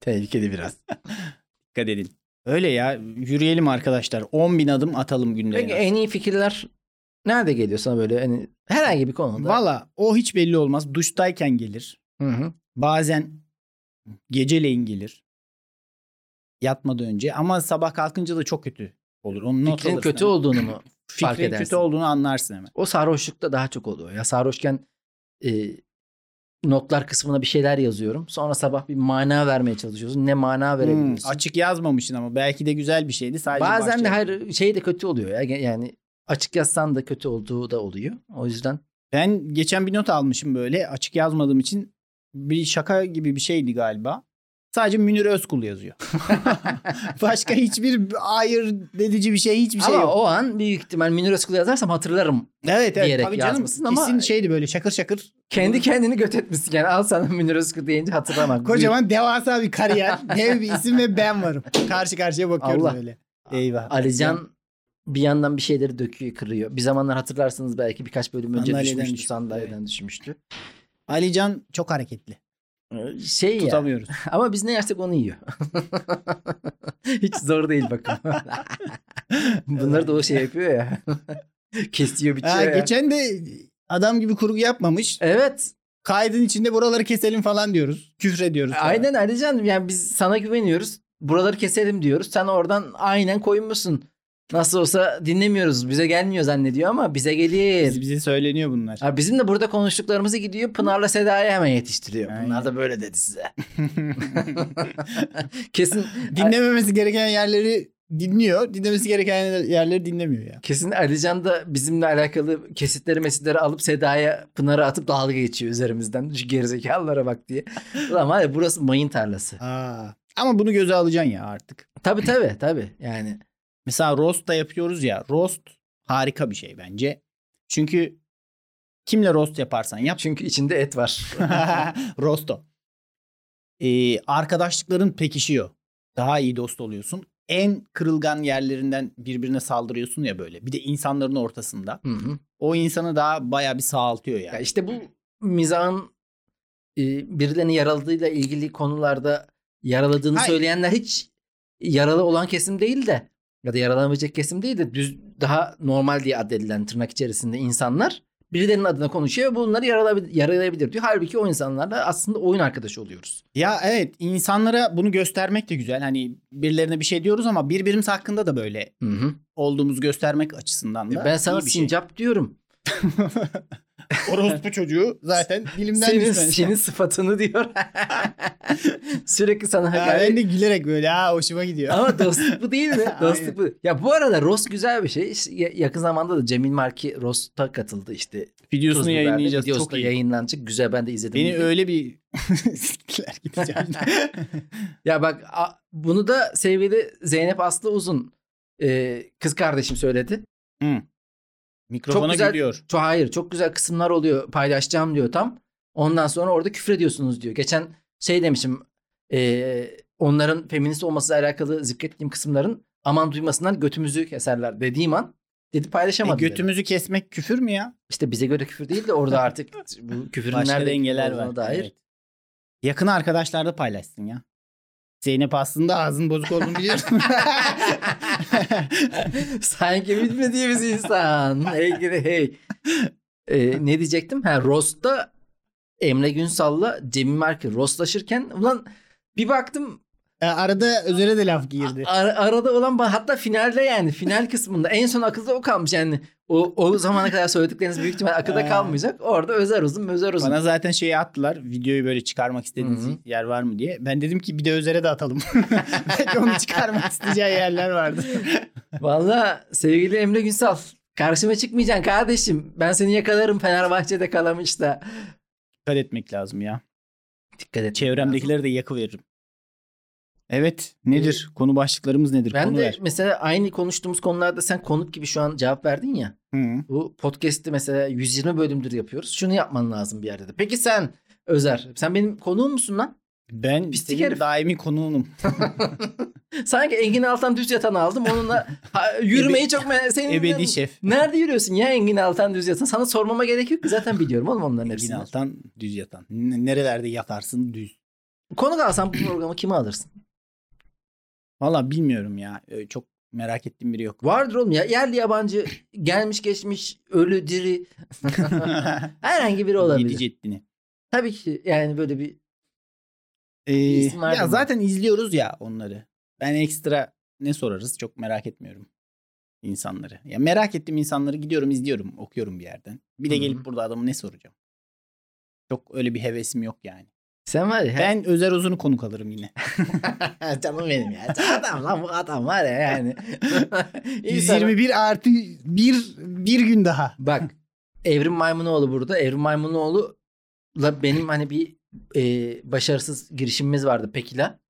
A: Tehlikeli biraz.
B: Dikkat edin. Öyle ya yürüyelim arkadaşlar. 10.000 bin adım atalım günde.
A: Peki en iyi fikirler nerede geliyor sana böyle hani herhangi bir konuda?
B: Valla o hiç belli olmaz. Duştayken gelir.
A: Hı hı.
B: Bazen geceleyin gelir. Yatmadan önce ama sabah kalkınca da çok kötü olur. Onun not
A: Fikrin
B: alırsın.
A: kötü olduğunu mu?
B: Fikrin
A: fark edersin.
B: kötü olduğunu anlarsın hemen.
A: O sarhoşlukta daha çok oluyor. Ya sarhoşken e, notlar kısmına bir şeyler yazıyorum. Sonra sabah bir mana vermeye çalışıyorsun. Ne mana verebiliyorsun?
B: Hmm, açık yazmamışsın ama belki de güzel bir şeydi. Sadece
A: Bazen de
B: bahçe-
A: hayır şey de kötü oluyor ya. Ge- Yani açık yazsan da kötü olduğu da oluyor. O yüzden
B: Ben geçen bir not almışım böyle açık yazmadığım için bir şaka gibi bir şeydi galiba. Sadece Münir Özkul yazıyor. Başka hiçbir hayır dedici bir şey hiçbir şey
A: ama
B: yok.
A: o an büyük ihtimal Münir Özkul'u yazarsam hatırlarım.
B: evet evet
A: diyerek
B: tabii canım
A: yazmışsın ama-
B: kesin şeydi böyle şakır şakır.
A: Kendi kendini göt etmişsin yani al sana Münir Özkul deyince hatırlamak.
B: Kocaman devasa bir kariyer, dev bir isim ve ben varım. Karşı karşıya bakıyoruz
A: Allah.
B: öyle. Eyvah.
A: Alican bir yandan bir şeyleri döküyor, kırıyor. Bir zamanlar hatırlarsınız belki birkaç bölüm önce
B: Sandalyeden
A: düşmüştü,
B: düşmüştü,
A: sandalyeden düşmüştü.
B: Alican çok hareketli. Ee,
A: Şey ya,
B: Tutamıyoruz.
A: ama biz ne yersek onu yiyor. Hiç zor değil bakın. Bunları da o şey yapıyor ya. Kesiyor biçiyor
B: Ha,
A: ya.
B: geçen de adam gibi kurgu yapmamış.
A: Evet.
B: Kaydın içinde buraları keselim falan diyoruz. Küfrediyoruz. falan.
A: Aynen Alican yani biz sana güveniyoruz. Buraları keselim diyoruz. Sen oradan aynen koymuşsun. Nasıl olsa dinlemiyoruz. Bize gelmiyor zannediyor ama bize gelir.
B: Biz- bize söyleniyor bunlar.
A: Ha, bizim de burada konuştuklarımızı gidiyor Pınar'la Seda'ya hemen yetiştiriyor.
B: Aynen.
A: Bunlar da böyle dedi size. kesin
B: Dinlememesi gereken yerleri dinliyor. Dinlemesi gereken yerleri dinlemiyor ya.
A: kesin Alican da bizimle alakalı kesitleri mesitleri alıp Seda'ya Pınar'a atıp dalga geçiyor üzerimizden. Şu gerizekalılara bak diye. Ulan var ya burası mayın tarlası.
B: Aa. Ama bunu göze alacaksın ya artık.
A: Tabii tabii tabii yani.
B: Mesela roast da yapıyoruz ya. Roast harika bir şey bence. Çünkü kimle roast yaparsan yap.
A: Çünkü içinde et var.
B: Rosto. Ee, arkadaşlıkların pekişiyor. Daha iyi dost oluyorsun. En kırılgan yerlerinden birbirine saldırıyorsun ya böyle. Bir de insanların ortasında.
A: Hı hı.
B: O insanı daha baya bir sağaltıyor yani.
A: Ya işte bu mizahın e, birilerini yaraladığıyla ilgili konularda yaraladığını
B: Hayır.
A: söyleyenler hiç yaralı olan kesim değil de ya da yaralanabilecek kesim değil de düz daha normal diye adedilen tırnak içerisinde insanlar birilerinin adına konuşuyor ve bunları yaralabi- yaralayabilir diyor. Halbuki o insanlarla aslında oyun arkadaşı oluyoruz.
B: Ya evet insanlara bunu göstermek de güzel. Hani birilerine bir şey diyoruz ama birbirimiz hakkında da böyle
A: Hı hı.
B: olduğumuzu göstermek açısından da
A: E, Ben sana
B: iyi bir şey.
A: sincap diyorum.
B: Orospu çocuğu zaten dilimden
A: Senin,
B: düşmüş.
A: senin sıfatını diyor. Sürekli sana
B: Ha,
A: hakaret
B: ben de gülerek böyle ha hoşuma gidiyor.
A: Ama dostluk bu değil mi? dostluk bu. Ya bu arada Ross güzel bir şey. İşte ya- Yakın zamanda da Cemil Marki Ross'ta katıldı işte.
B: Videosunu
A: Tuz Biber'de
B: yayınlayacağız.
A: videosu
B: Çok
A: da
B: iyi.
A: yayınlanacak. Güzel ben de izledim.
B: Beni öyle bir siktiler gideceğim.
A: Ya bak a- bunu da sevgili Zeynep Aslı Uzun e, kız kardeşim söyledi.
B: Mikrofona
A: Çok güzel-
B: gülüyor. E,
A: Çok hayır çok güzel kısımlar oluyor paylaşacağım diyor tam. Ondan sonra orada küfrediyorsunuz diyor. Geçen şey demişim e, onların feminist olmasıyla alakalı zikrettiğim kısımların aman duymasınlar götümüzü keserler dediğim an dedi
B: E,
A: paylaşamadım. dedi.
B: götümüzü kesmek küfür mü ya?
A: İşte bize göre küfür değil de orada artık bu küfürün
B: Başka
A: nerede
B: dengeler
A: olduğuna
B: var.
A: dair.
B: Evet. Yakın arkadaşlar da paylaşsın ya. Zeynep aslında ağzının bozuk olduğunu biliyorum.
A: Sanki bilmediğimiz insan. Hey gidi hey. Ee, ne diyecektim? Ha Rost'ta Emre Günsal'la Cemil Marki Rostlaşırken ulan bir baktım
B: E, Arada Özer'e de laf girdi.
A: ar- arada olan ba- hatta finalde yani final kısmında en son akılda o kalmış yani o, o zamana kadar söyledikleriniz büyük ihtimal akılda
B: Ha.
A: kalmayacak. Orada özer uzun özer uzun.
B: Bana zaten şeyi attılar. Videoyu böyle çıkarmak istediğiniz
A: Hı hı.
B: yer var mı diye. Ben dedim ki bir de Özer'e de atalım. Belki onu çıkarmak isteyeceği yerler vardı.
A: Valla sevgili Emre Günsal karşıma çıkmayacaksın kardeşim. Ben seni yakalarım Fenerbahçe'de kalamış da.
B: Dikkat etmek lazım ya.
A: Dikkat et.
B: Çevremdekileri de yakıveririm. Evet. Nedir? Konu başlıklarımız nedir?
A: Ee, Ben
B: Konu
A: de
B: ver.
A: mesela aynı konuştuğumuz konularda sen konuk gibi şu an cevap verdin ya.
B: Hı.
A: Bu podcast'i mesela 120 bölümdür yapıyoruz. Şunu yapman lazım bir yerde de. Peki sen Özer sen benim konuğum musun lan?
B: Ben
A: Pislik
B: senin
A: herif.
B: daimi konuğunum.
A: Sanki Engin Altan düz yatanı aldım onunla ha, yürümeyi çok me- senin
B: Ebedi şey. şef.
A: Nerede yürüyorsun ya Engin Altan düz yatan? Sana sormama gerek yok ki zaten biliyorum oğlum onların
B: Engin
A: hepsini.
B: Altan düz yatan. N- Nerelerde yatarsın düz.
A: Konuk alsan bu programı kime alırsın?
B: Valla bilmiyorum ya. Ee, Çok merak ettiğim biri yok.
A: Vardır oğlum ya yerli yabancı gelmiş geçmiş ölü diri herhangi biri olabilir.
B: Yedi ceddini.
A: Tabii ki yani böyle bir
B: Ee,
A: isim var
B: ya
A: mı?
B: zaten izliyoruz ya onları. Ben ekstra ne sorarız çok merak etmiyorum insanları. Ya merak ettiğim insanları gidiyorum izliyorum okuyorum bir yerden. Bir de
A: Hı hı.
B: gelip burada adamı ne soracağım? Çok öyle bir hevesim yok yani.
A: sen var ya
B: Ben Özer Uzun'u konuk alırım yine.
A: canım benim ya adam lan bu adam var ya yani. İnsanın-
B: 121 artı bir, bir gün daha.
A: Bak Evrim Maymunoğlu burada. Evrim Maymunoğlu'la benim hani bir e, başarısız girişimimiz vardı Pekila.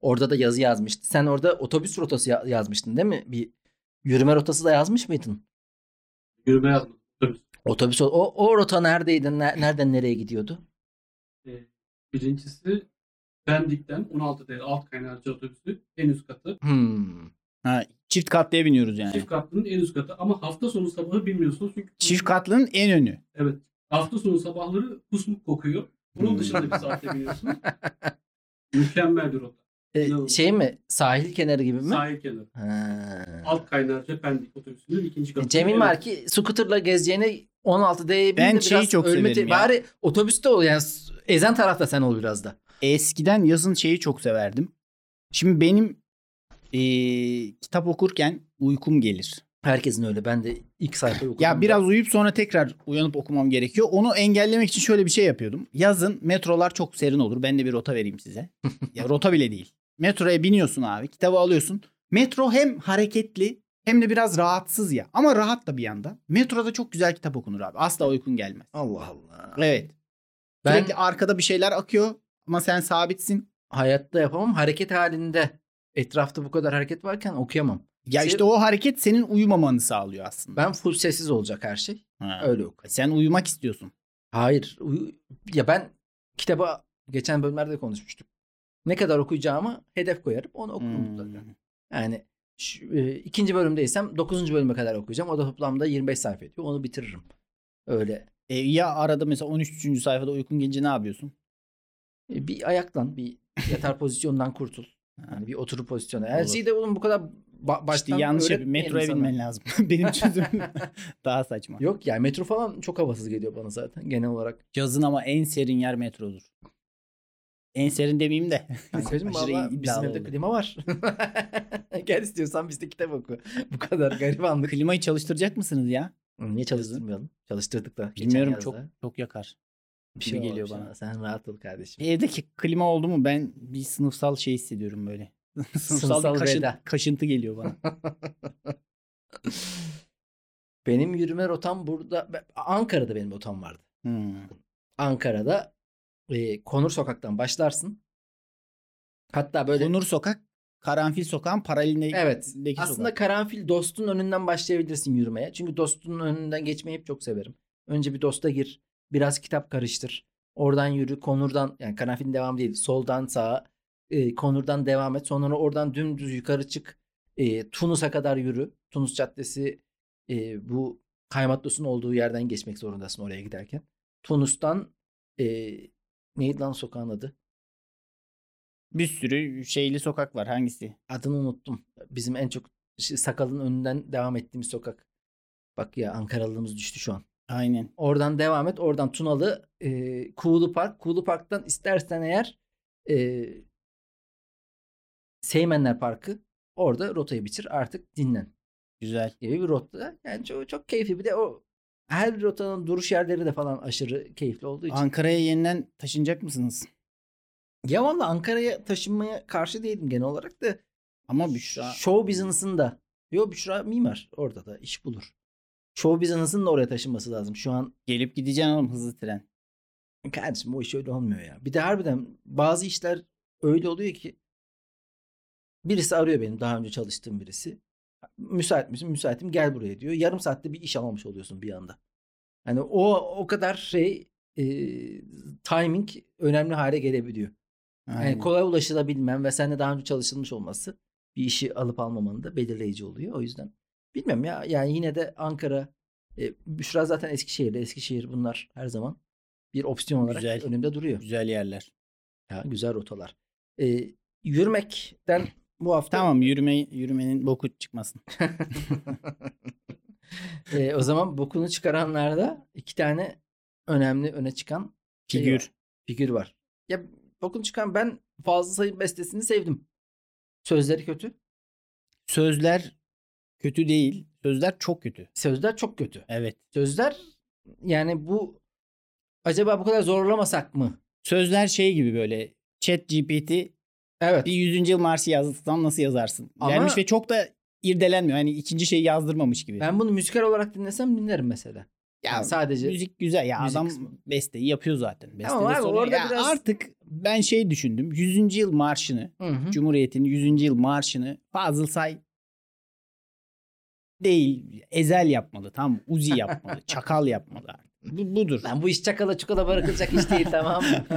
A: Orada da yazı yazmıştı. Sen orada otobüs rotası ya- yazmıştın değil mi? Bir yürüme rotası da yazmış mıydın?
C: Yürüme yazdım. Otobüs.
A: Otobüs o, o rota neredeydi? Ne- nereden nereye gidiyordu?
C: Birincisi Pendik'ten 16 değil alt kaynarca otobüsü en üst katı.
A: Hmm.
B: Ha, çift katlıya biniyoruz yani.
C: Çift
B: Çift,
C: katlının en üst katı ama hafta sonu sabahı bilmiyorsunuz çünkü
B: katlının en önü.
C: evet hafta sonu sabahları kusmuk kokuyor.
B: Hmm.
C: Bunun dışında bir saatte biliyorsunuz. Mükemmel bir rota.
A: E,
C: İnanılmaz.
A: şey mi? Sahil kenarı gibi mi?
C: Sahil kenarı.
A: Ha.
C: Alt kaynarca Pendik otobüsünün ikinci katı.
A: Cemil Marki scooter'la gezeceğine 16 d
B: Ben şeyi çok severim ya.
A: Bari otobüste ol yani s- ezen tarafta sen ol biraz da.
B: Eskiden yazın şeyi çok severdim. Şimdi benim eee, kitap okurken uykum gelir.
A: Herkesin öyle. Ben de ilk sayfayı okudum.
B: Ya biraz uyuyup sonra tekrar uyanıp okumam gerekiyor. Onu engellemek için şöyle bir şey yapıyordum. Yazın metrolar çok serin olur. Ben de bir rota vereyim size. ya rota bile değil. Metroya biniyorsun abi. Kitabı alıyorsun. Metro hem hareketli hem de biraz rahatsız ya. Ama rahat da bir yandan. Metroda çok güzel kitap okunur abi. Asla uykun gelmez.
A: Allah Allah.
B: Evet.
A: Ben
B: Sürekli arkada bir şeyler akıyor ama sen sabitsin.
A: hayatta yapamam. Hareket halinde etrafta bu kadar hareket varken okuyamam.
B: Ya
A: Sen-
B: işte o hareket senin uyumamanı sağlıyor aslında.
A: Ben full sessiz olacak her şey.
B: Ha.
A: Öyle oku.
B: Sen uyumak istiyorsun.
A: Hayır. uyu- Ya ben kitaba geçen bölümlerde konuşmuştuk. Ne kadar okuyacağımı hedef koyarım. Onu okurum
B: Hmm.
A: mutlaka. Yani şu, e, ikinci bölümdeysem dokuzuncu bölüme kadar okuyacağım. O da toplamda 25 sayfa ediyor. Onu bitiririm. Öyle.
B: E, ya arada mesela 13. sayfada uykun gelince ne yapıyorsun?
A: E, Bir ayaklan, bir yatar pozisyondan kurtul. Yani bir oturup pozisyona. Her
B: Olur.
A: şeyi de oğlum bu kadar ba- baştan
B: işte yanlış yapıyorsun.
A: öğretmeyelim
B: Metroya
A: sana.
B: binmen lazım. Benim çözümüm daha saçma.
A: Yok ya metro falan çok havasız geliyor bana zaten genel olarak.
B: Yazın ama en serin yer metrodur. En serin demeyeyim de.
A: Kankacığım
B: Aşırı
A: valla bizim
B: iddialı
A: evde
B: oldu.
A: klima var. Gel istiyorsan biz de kitap oku. Bu kadar garibanlık.
B: Klimayı çalıştıracak mısınız ya?
A: Niye çalıştırmayalım? Çalıştırdık da. geçen
B: Bilmiyorum
A: yazda.
B: çok çok yakar.
A: bir şey
B: gibi
A: geliyor bana. Sen rahat ol kardeşim.
B: Evdeki klima oldu mu ben bir sınıfsal şey hissediyorum böyle. sınıfsal
A: Sınıfsal
B: bir kaşın-
A: veda.
B: kaşıntı geliyor bana.
A: Benim yürüme rotam burada. ben- Ankara'da benim rotam vardı.
B: Hmm.
A: Ankara'da e, Konur Sokak'tan başlarsın. Hatta böyle
B: Onur Sokak, Karanfil Sokak'ın paralelindeki
A: Evet.
B: sokak.
A: Aslında karanfil dostun önünden başlayabilirsin yürümeye. Çünkü dostun önünden geçmeyi hep çok severim. Önce bir dosta gir. Biraz kitap karıştır. Oradan yürü. Konurdan yani karanfilin devamı değil. Soldan sağa. e, konurdan devam et. Sonra oradan dümdüz yukarı çık. E, Tunus'a kadar yürü. Tunus Caddesi e, bu Kaymatlıs'ın olduğu yerden geçmek zorundasın oraya giderken. Tunus'tan e, neydi lan sokağın adı?
B: bir sürü şeyli sokak var. Hangisi?
A: Adını unuttum. Bizim en çok şey- sakalın önünden devam ettiğimiz sokak. Bak ya Ankaralılığımız düştü şu an.
B: Aynen.
A: Oradan devam et. Oradan Tunalı, e, Kuğulu Park. Kuğulu Park'tan istersen eğer e, Seymenler Parkı. Orada rotayı bitir. Artık dinlen
B: Güzel.
A: gibi bir rota. Yani çok, çok keyifli. Bir de o her rotanın duruş yerleri de falan aşırı keyifli olduğu için.
B: Ankara'ya yeniden taşınacak mısınız?
A: ya valla Ankara'ya taşınmaya karşı değilim genel olarak da.
B: Ama Büşra
A: Show business'ın da. Yo Büşra mimar. Orada da iş bulur. Show business'ın da oraya taşınması lazım. Şu an
B: gelip gideceksin oğlum hızlı tren.
A: kardeşim o iş öyle olmuyor ya. Bir de harbiden bazı işler öyle oluyor ki birisi arıyor benim daha önce çalıştığım birisi. Müsait misin? Müsaitim gel buraya diyor. Yarım saatte bir iş almamış oluyorsun bir anda. Hani o o kadar şey e, timing önemli hale gelebiliyor.
B: Aynen.
A: Yani Hani kolay ulaşılabilmem ve seninle daha önce çalışılmış olması bir işi alıp almamanın da belirleyici oluyor. O yüzden bilmem ya yani yine de Ankara, e, Büşra zaten Eskişehir'de. Eskişehir bunlar her zaman bir opsiyon olarak
B: Güzel.
A: önümde duruyor.
B: Güzel yerler.
A: Ya, güzel rotalar. E, yürümekten bu hafta
B: Tamam yürüme yürümenin boku çıkmasın.
A: E, o zaman bokunu çıkaranlarda iki tane önemli öne çıkan şey var,
B: Figür.
A: figür var. Ya bokunu çıkan ben Fazıl Say'ın bestesini sevdim. Sözleri kötü.
B: Sözler kötü değil. Sözler çok kötü.
A: Sözler çok kötü.
B: Evet.
A: sözler yani bu acaba bu kadar zorlamasak mı?
B: Sözler şey gibi böyle chat GPT
A: Evet.
B: bir 100. yıl marşı yazsan nasıl yazarsın?
A: Ama-
B: Gelmiş ve çok da irdelenmiyor. Hani ikinci şeyi yazdırmamış gibi.
A: Ben bunu müzikal olarak dinlesem dinlerim mesela.
B: ya
A: Yani sadece
B: Müzik güzel ya
A: Müzik
B: adam
A: kısmı.
B: besteyi yapıyor zaten. Bestede
A: Tamam abi,
B: sorun-
A: orada
B: ya
A: biraz-
B: artık ben şey düşündüm. 100. yıl marşını,
A: Hı hı.
B: Cumhuriyet'in 100. yıl marşını Fazıl Say değil, Ezel yapmalı tam Uzi yapmalı, Çakal yapmalı. Bu, budur.
A: Lan bu iş çakala çukala bırakılacak iş değil tamam mı?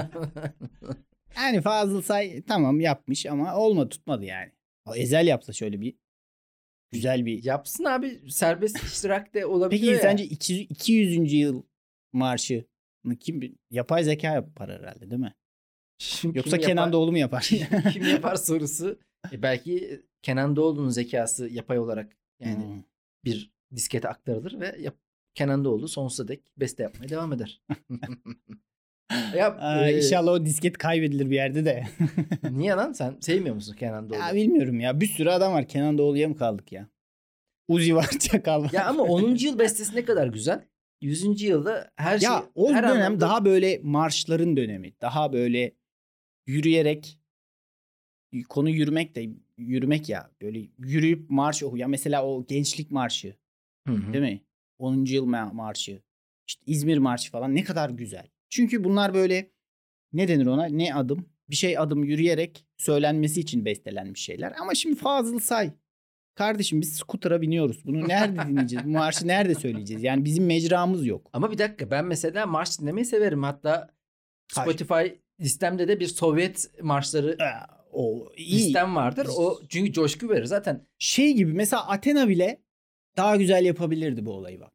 B: Yani Fazıl Say tamam yapmış ama olmadı tutmadı yani. O Ezel yapsa şöyle bir güzel bir.
A: Yapsın abi serbest iştirak de olabiliyor
B: Peki
A: ya.
B: sence 200. 200. yıl marşı kim yapay zeka yapar herhalde değil mi?
A: Şimdi
B: Yoksa
A: kim
B: Kenan
A: yapar-
B: Doğulu mu yapar?
A: kim yapar sorusu e, belki Kenan Doğulu'nun zekası yapay olarak yani
B: Hmm.
A: bir diskete aktarılır ve yap- Kenan Doğulu sonsuza dek beste yapmaya devam eder. ya,
B: Aa,
A: e,
B: inşallah o disket kaybedilir bir yerde de.
A: Niye lan sen sevmiyor musun Kenan Doğulu?
B: ya bilmiyorum ya. Bir sürü adam var. Kenan Doğulu'ya mı kaldık ya? Uzi var çakal var.
A: Ya ama 10. yıl bestesi ne kadar güzel. 100. yılda her şey
B: Ya o
A: her
B: dönem
A: anlamda-
B: daha böyle marşların dönemi. Daha böyle yürüyerek konu yürümek de yürümek ya. Böyle yürüyüp marş oku. Ya mesela o gençlik marşı
A: Hı hı.
B: değil mi? 10. yıl ma- marşı. İşte İzmir marşı falan ne kadar güzel. Çünkü bunlar böyle ne denir ona? Ne adım? Bir şey adım yürüyerek söylenmesi için bestelenmiş şeyler. Ama şimdi Fazıl Say. Kardeşim biz skuter'a biniyoruz. Bunu nerede dinleyeceğiz? Bu marşı nerede söyleyeceğiz? Yani bizim mecramız yok.
A: Ama bir dakika ben mesela marş dinlemeyi severim. Hatta
B: Hayır.
A: Spotify listemde de bir Sovyet marşları
B: Ee, o iyi.
A: listem vardır. O çünkü coşku verir. Zaten
B: Şey gibi mesela Athena bile daha güzel yapabilirdi bu olayı bak.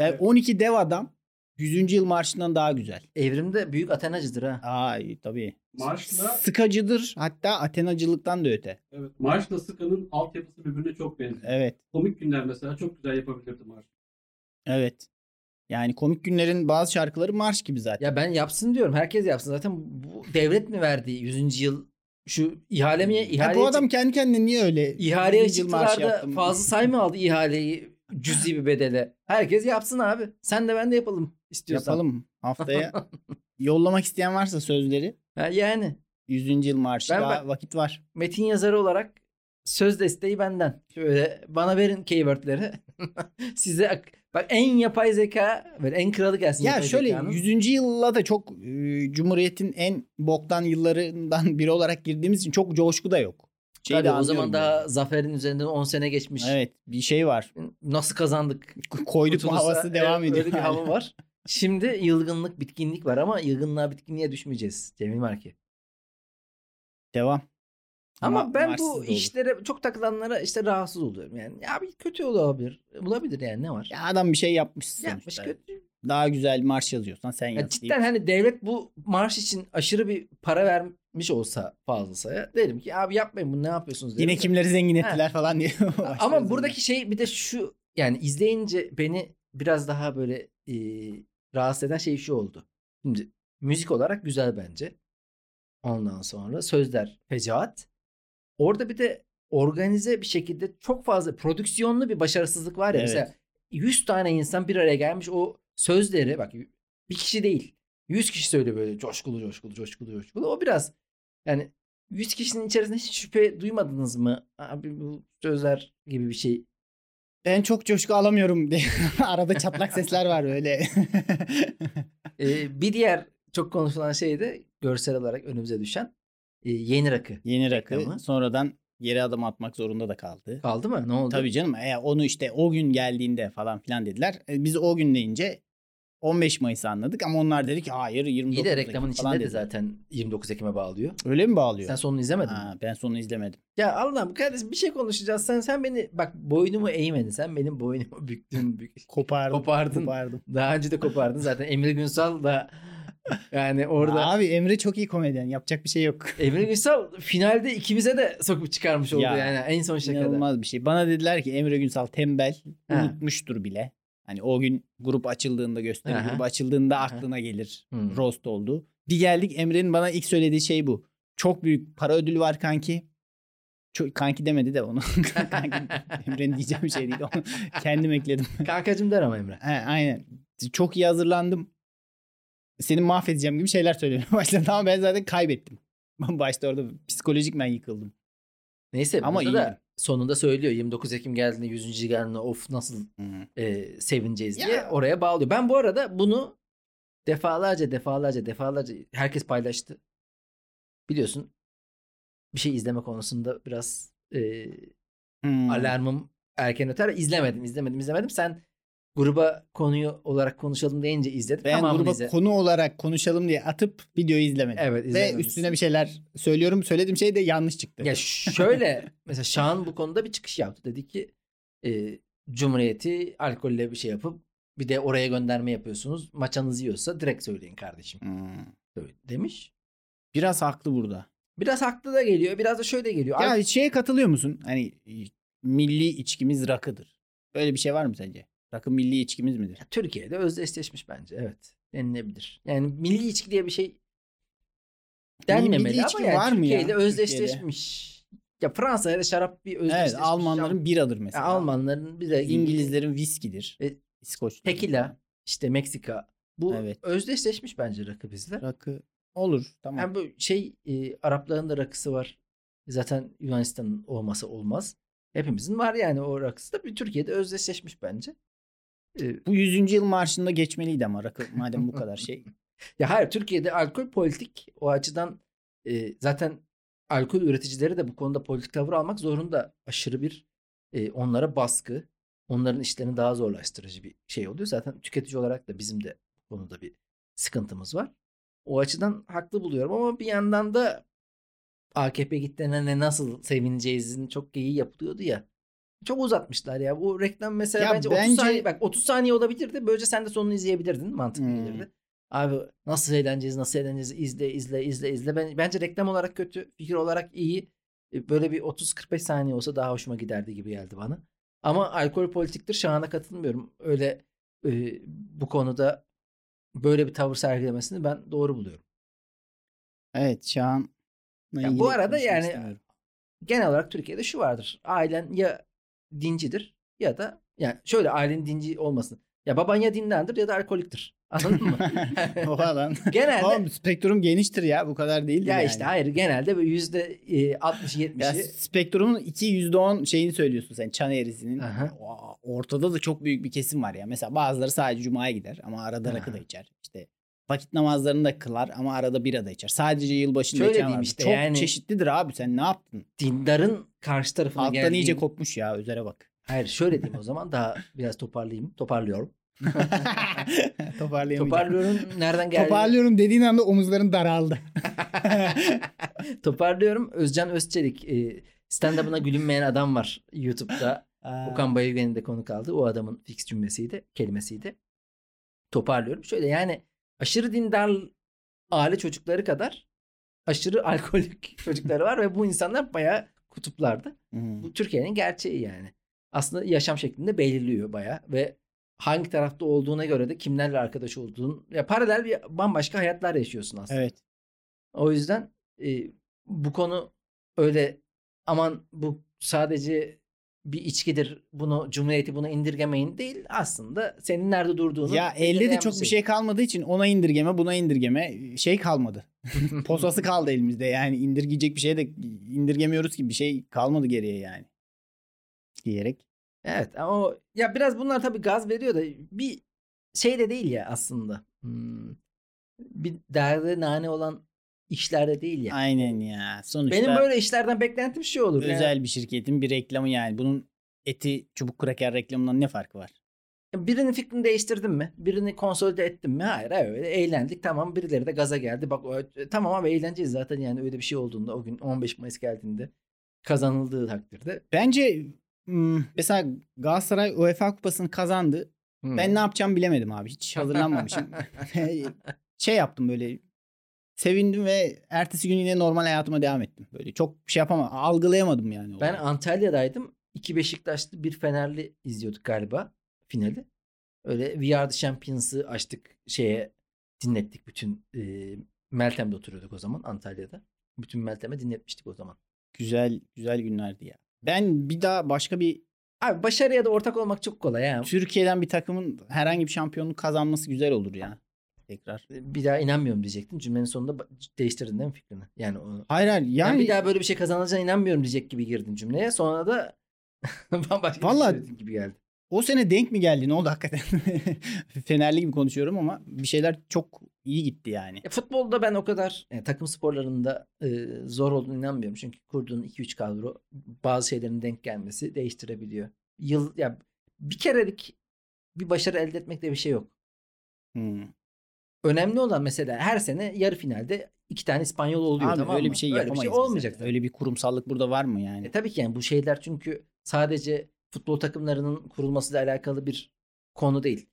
B: Ve
C: Evet.
B: 12 dev adam 100. yıl marşından daha güzel.
A: evrimde büyük Athenacıdır ha.
B: Ay tabii.
C: Marşla
B: Sıkacıdır hatta Athenacılıktan da öte.
C: evet, Marşla Sıka'nın altyapısı birbirine çok benziyor.
B: Evet.
C: Komik günler mesela çok güzel yapabilirdi Marş.
B: Evet. Yani komik günlerin bazı şarkıları marş gibi zaten.
A: Ya ben yapsın diyorum. Herkes yapsın. Zaten bu devlet mi verdi 100. yıl şu ihale mi?
B: Ha,
A: İhale
B: bu adam kendi kendine niye öyle?
A: ihaleye
B: 100 yıl marşı
A: çıktılar da
B: yaptım?
A: fazla say mı aldı ihaleyi cüzi bir bedele? Herkes yapsın abi. Sen de ben de yapalım istiyorsan.
B: Yapalım haftaya. Yollamak isteyen varsa sözleri
A: Ha, yani
B: 100. yıl marşı
A: Ben-
B: daha
A: ben-
B: vakit var.
A: metin yazarı olarak söz desteği benden. Şöyle bana verin keywordleri. Size ak- bak en yapay zeka böyle en kralı gelsin.
B: Ya
A: yapay
B: şöyle
A: zekanın.
B: 100. yılla da çok e, Cumhuriyet'in en boktan yıllarından biri olarak girdiğimiz için çok coşku da yok. Şeyi
A: Tabii
B: de
A: o
B: anlıyorum
A: zaman daha
B: yani.
A: zaferin üzerinden 10 sene geçmiş.
B: Evet bir şey var.
A: Nasıl kazandık?
B: K- Koyduk mu
A: Kurtuluşa-
B: havası devam
A: evet,
B: ediyor.
A: Öyle bir hava var. Şimdi yılgınlık, bitkinlik var ama yılgınlığa, bitkinliğe düşmeyeceğiz Cemil Marki.
B: Devam.
A: Ama
B: Ma-
A: ben
B: Mars'ız da
A: bu
B: olur.
A: işlere çok takılanlara işte rahatsız oluyorum. Yani ya bir kötü olabilir. Olabilir yani ne var?
B: Ya adam bir şey yapmış
A: Yapmış
B: sonuçta.
A: kötü.
B: Daha güzel marş yazıyorsan sen
A: Ya
B: yaz.
A: cidden
B: deyip-
A: hani devlet bu marş için aşırı bir para vermiş olsa fazlasaya derim ki abi yapmayın bunu ne yapıyorsunuz derim.
B: Yine
A: de.
B: kimleri zengin ettiler falan diye.
A: Ama
B: başlarız
A: buradaki şey bir de şu yani izleyince beni biraz daha böyle e, rahatsız eden şey şu oldu. Şimdi müzik olarak güzel bence. Ondan sonra sözler fecaat. Orada bir de organize bir şekilde çok fazla prodüksiyonlu bir başarısızlık var ya.
B: Evet.
A: Mesela 100 tane insan bir araya gelmiş o sözleri bak bir kişi değil. 100 kişi söylüyor böyle coşkulu coşkulu coşkulu coşkulu. O biraz yani 100 kişinin içerisinde hiç şüphe duymadınız mı? Abi bu sözler gibi bir şey.
B: Ben çok coşku alamıyorum diye. Arada çatlak sesler var böyle.
A: Ee, bir diğer çok konuşulan şey de görsel olarak önümüze düşen e, yeni rakı.
B: Yeni rakı
A: Ama-
B: sonradan geri adım atmak zorunda da kaldı.
A: Kaldı mı? Ne oldu?
B: Tabii canım. E, onu işte o gün geldiğinde falan filan dediler. E, biz o gün deyince 15 Mayıs anladık ama onlar dedi ki hayır 29
A: İyi de reklamın
B: Ekim falan
A: içinde de
B: dediler.
A: zaten 29 Ekim'e bağlıyor.
B: Öyle mi bağlıyor?
A: Sen sonunu izlemedin mi?
B: ha, ben sonu izlemedim.
A: Ya Allah'ım kardeşim bir şey konuşacağız. Sen sen beni bak boynumu eğmedin. Sen benim boynumu büktün. Bük.
B: Kopardım.
A: Kopardın.
B: Kopardım.
A: Daha önce de kopardın zaten. Emre Günsal da yani orada.
B: Abi Emre çok iyi komedyen. Yapacak bir şey yok.
A: Emre Günsal finalde ikimize de sokup çıkarmış oldu
B: Ya,
A: yani en son şakada.
B: İnanılmaz bir şey. Bana dediler ki Emre Günsal tembel,
A: Ha.
B: unutmuştur bile. Hani o gün grup açıldığında gösteri
A: Aha.
B: grubu açıldığında
A: Aha.
B: aklına gelir.
A: Hmm.
B: Roast oldu. Bir geldik Emre'nin bana ilk söylediği şey bu. Çok büyük para ödülü var kanki. Çok, kanki demedi de onu. kanki, Emre'nin diyeceğim şey değil. Onu kendim ekledim.
A: Kankacım der ama Emre.
B: He, aynen. Çok iyi hazırlandım. Seni mahvedeceğim gibi şeyler söylemeye başladı. Ama ben zaten kaybettim. Başta orada psikolojik ben yıkıldım.
A: Neyse
B: Ama
A: ama
B: iyi.
A: da sonunda söylüyor 29 Ekim geldiğinde 100. geldiğinde of nasıl e, sevineceğiz diye
B: Ya.
A: oraya bağlıyor. Ben bu arada bunu defalarca defalarca defalarca herkes paylaştı. Biliyorsun bir şey izleme konusunda biraz e,
B: Hmm.
A: alarmım erken öter. İzlemedim izlemedim izlemedim. Sen gruba konuyu olarak konuşalım deyince izledim.
B: Ben
A: Tamamını
B: gruba
A: izle-
B: konu olarak konuşalım diye atıp videoyu izlemedim.
A: Evet
B: Ve
A: izlememişsin.
B: üstüne bir şey şeyler söylüyorum. Söylediğim şey de yanlış çıktı.
A: Ya şöyle mesela Şahan bu konuda bir çıkış yaptı. Dedi ki e, Cumhuriyeti alkolle bir şey yapıp bir de oraya gönderme yapıyorsunuz. Maçanız yiyorsa direkt söyleyin kardeşim.
B: Hmm.
A: Böyle demiş.
B: Biraz haklı burada.
A: Biraz haklı da geliyor. Biraz da şöyle geliyor. Al-
B: Ya şeye katılıyor musun? Hani e, milli içkimiz rakıdır. Böyle bir şey var mı sence? Rakı milli içkimiz midir?
A: Türkiye'de özdeşleşmiş bence. Evet. Denilebilir. Yani milli içki diye bir şey denmemeli
B: milli
A: ama
B: içki
A: yani
B: var mı
A: Türkiye ile
B: ya Türkiye'de?
A: özdeşleşmiş. Ya Fransa'ya da şarap bir özdeşleşmiş.
B: Evet Almanların biradır mesela.
A: Ya Almanların bir de
B: İngilizlerin viskidir.
A: E,
B: İskoç.
A: Tekila işte Meksika. Bu
B: Evet.
A: özdeşleşmiş bence rakı bizde.
B: Rakı. Olur tamam.
A: Yani bu şey e, Arapların da rakısı var. Zaten Yunanistan'ın olması olmaz. Hepimizin var yani o rakısı da bir Türkiye'de özdeşleşmiş bence. E,
B: Bu 100. yıl marşında geçmeliydi ama rakı madem bu kadar şey.
A: Ya hayır Türkiye'de alkol politik o açıdan e, zaten alkol üreticileri de bu konuda politik tavır almak zorunda. Aşırı bir e, onlara baskı, onların işlerini daha zorlaştırıcı bir şey oluyor. Zaten tüketici olarak da bizim de bu konuda bir sıkıntımız var. O açıdan haklı buluyorum ama bir yandan da AKP gittiğine ne nasıl sevineceğizin çok iyi yapılıyordu ya. Çok uzatmışlar ya. Bu reklam mesela
B: Ya
A: bence,
B: bence-
A: 30 saniye bak 30 saniye olabilirdi. Böylece sen de sonunu izleyebilirdin mantıklı
B: Hmm.
A: gelirdi. Abi nasıl eğleneceğiz nasıl eğleneceğiz izle izle izle izle. Ben, bence reklam olarak kötü fikir olarak iyi. E, Böyle bir 30-45 saniye olsa daha hoşuma giderdi gibi geldi bana. Ama alkol politiktir şahına katılmıyorum. Öyle e, bu konuda böyle bir tavır sergilemesini ben doğru buluyorum.
B: Evet Şahan.
A: Ya bu arada yani- Genel olarak Türkiye'de şu vardır. Ailen ya dincidir ya da yani şöyle ailenin dinci olmasın. Ya baban ya dinlendir ya da alkoliktir. Anladın mı?
B: o alan.
A: Genelde
B: Oğlum spektrum geniştir ya bu kadar değil.
A: Ya
B: yani.
A: işte şey. hayır genelde böyle yüzde e,
B: Ya
A: 60-70'i
B: spektrumun 2 %10 şeyini söylüyorsun sen çan eğrisinin.
A: Aha.
B: O- Ortada da çok büyük bir kesim var ya. Mesela bazıları sadece cumaya gider ama arada
A: Aha.
B: rakı da içer. İşte vakit namazlarını da kılar ama arada bira da içer. Sadece yılbaşında
A: Şöyle
B: içen
A: diyeyim
B: var.
A: işte
B: çok
A: yani-
B: çeşitlidir abi sen ne yaptın?
A: dindarın karşı tarafına
B: Alttan
A: geldiği-
B: iyice kopmuş ya üzere bak.
A: Hayır şöyle diyeyim o zaman daha biraz toparlayayım. Toparlıyorum.
B: Toparlayamayacağım.
A: Toparlıyorum nereden geldi?
B: Toparlıyorum dediğin anda omuzların daraldı.
A: Toparlıyorum. Özcan Özçelik e, stand-up'ına gülünmeyen adam var YouTube'da. Okan Bayülgen'in de konuk aldığı o adamın fix cümlesiydi, kelimesiydi. Toparlıyorum. Şöyle yani aşırı dindar aile çocukları kadar aşırı alkolik çocukları var ve bu insanlar bayağı kutuplarda.
B: Hmm.
A: Bu Türkiye'nin gerçeği yani. Aslında yaşam şeklinde belirliyor baya ve hangi tarafta olduğuna göre de kimlerle arkadaş olduğun ya paralel bir bambaşka hayatlar yaşıyorsun aslında.
B: Evet.
A: O yüzden e, bu konu öyle aman bu sadece bir içkidir. Bunu cumhuriyeti buna indirgemeyin değil. Aslında senin nerede durduğunu
B: Ya elde de
A: belirleyen
B: çok bir şey kalmadığı için ona indirgeme buna indirgeme şey kalmadı. Posası kaldı elimizde yani indirgeyecek bir şey de indirgemiyoruz ki bir şey kalmadı geriye yani. Diyerek.
A: Evet ama o, ya biraz bunlar tabii gaz veriyor da bir şey de değil ya aslında. Hmm. Bir derde nane olan işlerde değil ya.
B: Aynen ya. Sonuçta
A: Benim böyle işlerden beklentim şey olur. yani.
B: özel bir şirketin bir reklamı yani. Bunun eti çubuk kraker reklamından ne farkı var?
A: Birinin fikrini değiştirdim mi? Birini konsolide ettim mi? Hayır hayır öyle eğlendik tamam birileri de gaza geldi. Bak o- e, tamam abi eğleneceğiz zaten yani öyle bir şey olduğunda o gün 15 Mayıs geldiğinde kazanıldığı takdirde.
B: Bence hmm, mesela Galatasaray UEFA kupasını kazandı.
A: Hmm.
B: Ben ne yapacağımı bilemedim abi. Hiç hazırlanmamışım. şey yaptım böyle. Sevindim ve ertesi gün yine normal hayatıma devam ettim. Böyle çok bir şey yapamadım. Algılayamadım yani.
A: Ben
B: olayı.
A: Antalya'daydım. İki Beşiktaşlı bir Fenerli izliyorduk galiba finali. Öyle We Are The Champions'ı açtık şeye dinlettik bütün e, Meltem'de oturuyorduk o zaman Antalya'da. Bütün Meltem'e dinletmiştik o zaman.
B: Güzel güzel günlerdi ya. Ben bir daha başka bir
A: Abi başarıya da ortak olmak çok kolay ya.
B: Türkiye'den bir takımın herhangi bir şampiyonluk kazanması güzel olur ya. Tekrar.
A: bir daha inanmıyorum diyecektin. Cümlenin sonunda ba- değiştirdin değil mi fikrini? Yani onu.
B: Hayır hayır
A: Yani,
B: yani
A: bir daha böyle bir şey kazanacağına inanmıyorum diyecek gibi girdin cümleye. Sonra da bambaşka bir şey
B: Vallahi-
A: söyledin gibi geldi.
B: o sene denk mi geldi ne oldu hakikaten? Fenerli gibi konuşuyorum ama bir şeyler çok iyi gitti yani.
A: E, futbolda ben o kadar yani takım sporlarında e, zor olduğunu inanmıyorum. Çünkü kurduğun 2-3 kadro bazı şeylerin denk gelmesi değiştirebiliyor. Yıl ya bir kerelik bir başarı elde etmekte bir şey yok.
B: Hmm.
A: Önemli olan mesela her sene yarı finalde iki tane İspanyol oluyor
B: Abi
A: tamam
B: öyle
A: mı?
B: bir şey
A: Öyle
B: yapamayız.
A: bir şey
B: biz zaten.
A: olmayacak zaten.
B: Öyle bir kurumsallık burada var mı yani?
A: E tabii ki yani bu şeyler çünkü sadece futbol takımlarının kurulmasıyla alakalı bir konu değil.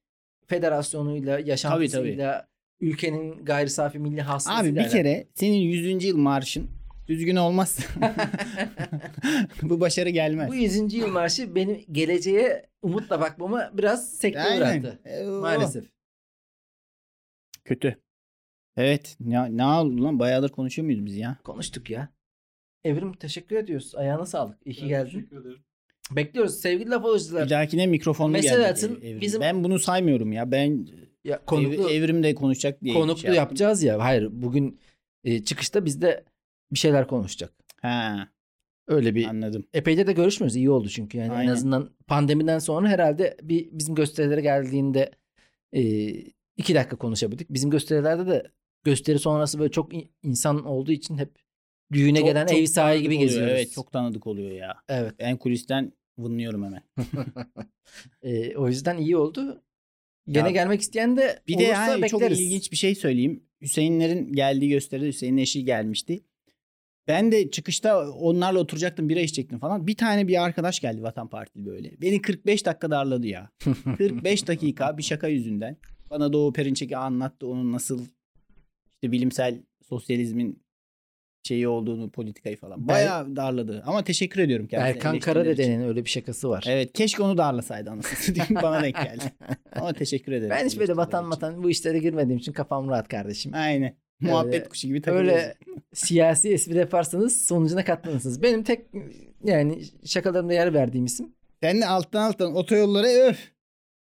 A: Federasyonuyla, yaşantısıyla, ülkenin gayri safi milli hastasıyla.
B: Abi bir kere senin 100. yıl marşın düzgün olmazsa bu başarı gelmez.
A: Bu 100. yıl marşı benim geleceğe umutla bakmamı biraz sekteye uğrattı.
B: Ee, o-
A: Maalesef.
B: Kötü. Evet. Ne, ne oldu lan? Bayağıdır konuşuyor muyuz biz ya?
A: Konuştuk ya. Evrim teşekkür ediyoruz. Ayağına sağlık. İyi ki
C: Ben
A: geldin.
C: Teşekkür ederim.
A: Bekliyoruz sevgili laf
B: Bir
A: alıcılar.
B: dahakine mikrofonlu
A: Mesela
B: gelecek.
A: Ersin,
B: Evrim.
A: bizim-
B: Ben bunu saymıyorum ya. Ben
A: Ya,
B: konuklu,
A: konuklu,
B: Evrim de konuşacak diye.
A: konuklu
B: şey yaptım.
A: yapacağız ya. Hayır bugün e, çıkışta bizde bir şeyler konuşacak.
B: Ha,
A: Öyle bir
B: anladım.
A: Epeyce de görüşmüyoruz. İyi oldu çünkü. Yani en
B: Aynen.
A: azından pandemiden sonra herhalde bir bizim gösterilere geldiğinde e, iki dakika konuşabildik. Bizim gösterilerde de gösteri sonrası böyle çok in- insan olduğu için hep düğüne
B: Çok-
A: gelen
B: çok
A: ev sahibi
B: tanıdık
A: gibi
B: oluyor.
A: geziyoruz.
B: Evet çok tanıdık oluyor ya.
A: Evet.
B: Ben kulisten vınlıyorum hemen.
A: E, o yüzden iyi oldu. Gene
B: Ya-
A: gelmek isteyen de
B: Bir de
A: olursa
B: ha,
A: bekleriz.
B: çok ilginç bir şey söyleyeyim. Hüseyinlerin geldiği gösteride Hüseyin'in eşi gelmişti. Ben de çıkışta onlarla oturacaktım bira içecektim falan. Bir tane bir arkadaş geldi Vatan Partili böyle. Beni 45 dakika darladı ya. 45 dakika bir şaka yüzünden. Bana Doğu Perinçek'i anlattı onun nasıl işte bilimsel sosyalizmin şeyi olduğunu politikayı falan. Bayağı darladı ama teşekkür ediyorum kendisine.
A: Erkan
B: eleştiriler için.
A: Karadede'nin öyle bir şakası var.
B: Evet keşke onu darlasaydı anasını satayım. bana denk geldi. Ama teşekkür ederim.
A: Ben hiç böyle
B: eleştiriler
A: vatan
B: için.
A: vatan bu işlere girmediğim için kafam rahat kardeşim.
B: Aynen.
A: Öyle-
B: Muhabbet kuşu gibi takılıyorsun.
A: Ee, öyle siyasi espri yaparsanız sonucuna katlanırsınız. Benim tek yani şakalarımda yer verdiğim isim.
B: Sen de alttan alttan otoyollara öf.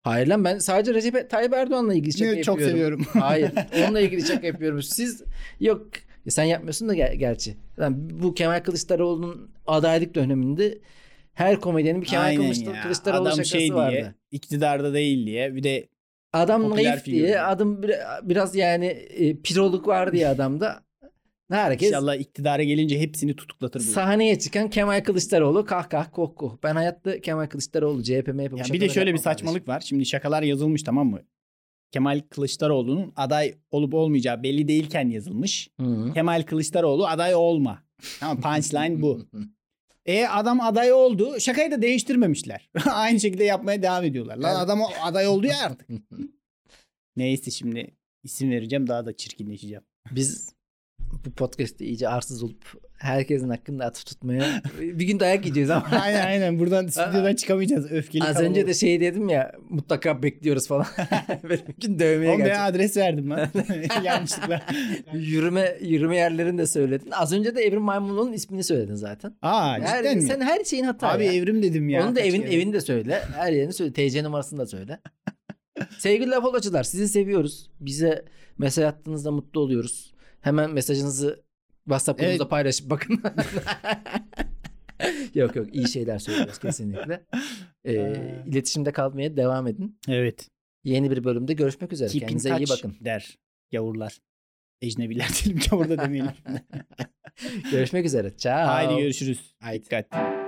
A: Hayır lan ben sadece Recep Tayyip Erdoğan'la ilgili şaka
B: Ne,
A: yapıyorum.
B: çok seviyorum.
A: Hayır onunla ilgili şaka yapıyorum. Siz yok ya sen yapmıyorsun da ger- gerçi. Lan bu Kemal Kılıçdaroğlu'nun adaylık döneminde her komedyenin bir Kemal
B: Aynen
A: Kılıçda-
B: ya.
A: Kılıçdaroğlu
B: Adam
A: şakası
B: şey diye,
A: vardı.
B: iktidarda değil diye. Bir de
A: Adam
B: popüler
A: naif
B: figür
A: diye
B: yani.
A: adam bir- biraz yani e, piroluk var diye adamda. Herkes
B: inşallah iktidara gelince hepsini tutuklatır bu.
A: Sahneye çıkan Kemal Kılıçdaroğlu kah kah koh koh. Ben hayatta Kemal Kılıçdaroğlu CHP MHP bu
B: Ya bir de
A: şakaları
B: şöyle bir
A: yapmam
B: saçmalık var. Şimdi şakalar yazılmış tamam mı? Kemal Kılıçdaroğlu'nun aday olup olmayacağı belli değilken yazılmış.
A: kardeşim. Hı.
B: Kemal Kılıçdaroğlu aday olma. Tamam punchline bu. E adam aday oldu. Şakayı da değiştirmemişler. Aynı şekilde yapmaya devam ediyorlar. Lan
A: Yani-
B: adam o- aday oldu ya artık. Neyse şimdi isim vereceğim daha da çirkinleşeceğim.
A: Biz bu podcast'te iyice arsız olup herkesin hakkında atıp tutmaya bir gün dayak yiyeceğiz ama.
B: aynen aynen buradan stüdyodan çıkamayacağız öfkeli.
A: Az
B: kalabalık.
A: önce de şey dedim ya mutlaka bekliyoruz falan. Böyle bir gün dövmeye
B: Oğlum ben
A: gelecek.
B: adres verdim lan. Yanlışlıkla.
A: Yürüme, yürüme yerlerini de söyledin. Az önce de Evrim Maymunlu'nun ismini söyledin zaten.
B: Aa
A: Her-
B: cidden mi?
A: sen her şeyin hata
B: Abi
A: ya.
B: evrim dedim ya.
A: Onu da
B: Kaç
A: evin
B: kere.
A: evini de söyle. Her yerini söyle. TC numarasını da söyle. Sevgili laf Olacılar, sizi seviyoruz. Bize mesaj attığınızda mutlu oluyoruz. Hemen mesajınızı WhatsApp grubumuzda
B: Evet.
A: paylaşıp bakın. yok yok iyi şeyler söylüyoruz kesinlikle. Ee,
B: Ee.
A: iletişimde kalmaya devam edin.
B: Evet.
A: Yeni bir bölümde görüşmek üzere.
B: Keep in
A: Kendinize iyi
B: touch
A: bakın.
B: der gavurlar. Ecnebiler diyelim gavur da demeyelim.
A: Görüşmek üzere. Ciao.
B: Haydi görüşürüz.
A: Haydi.
B: Dikkat.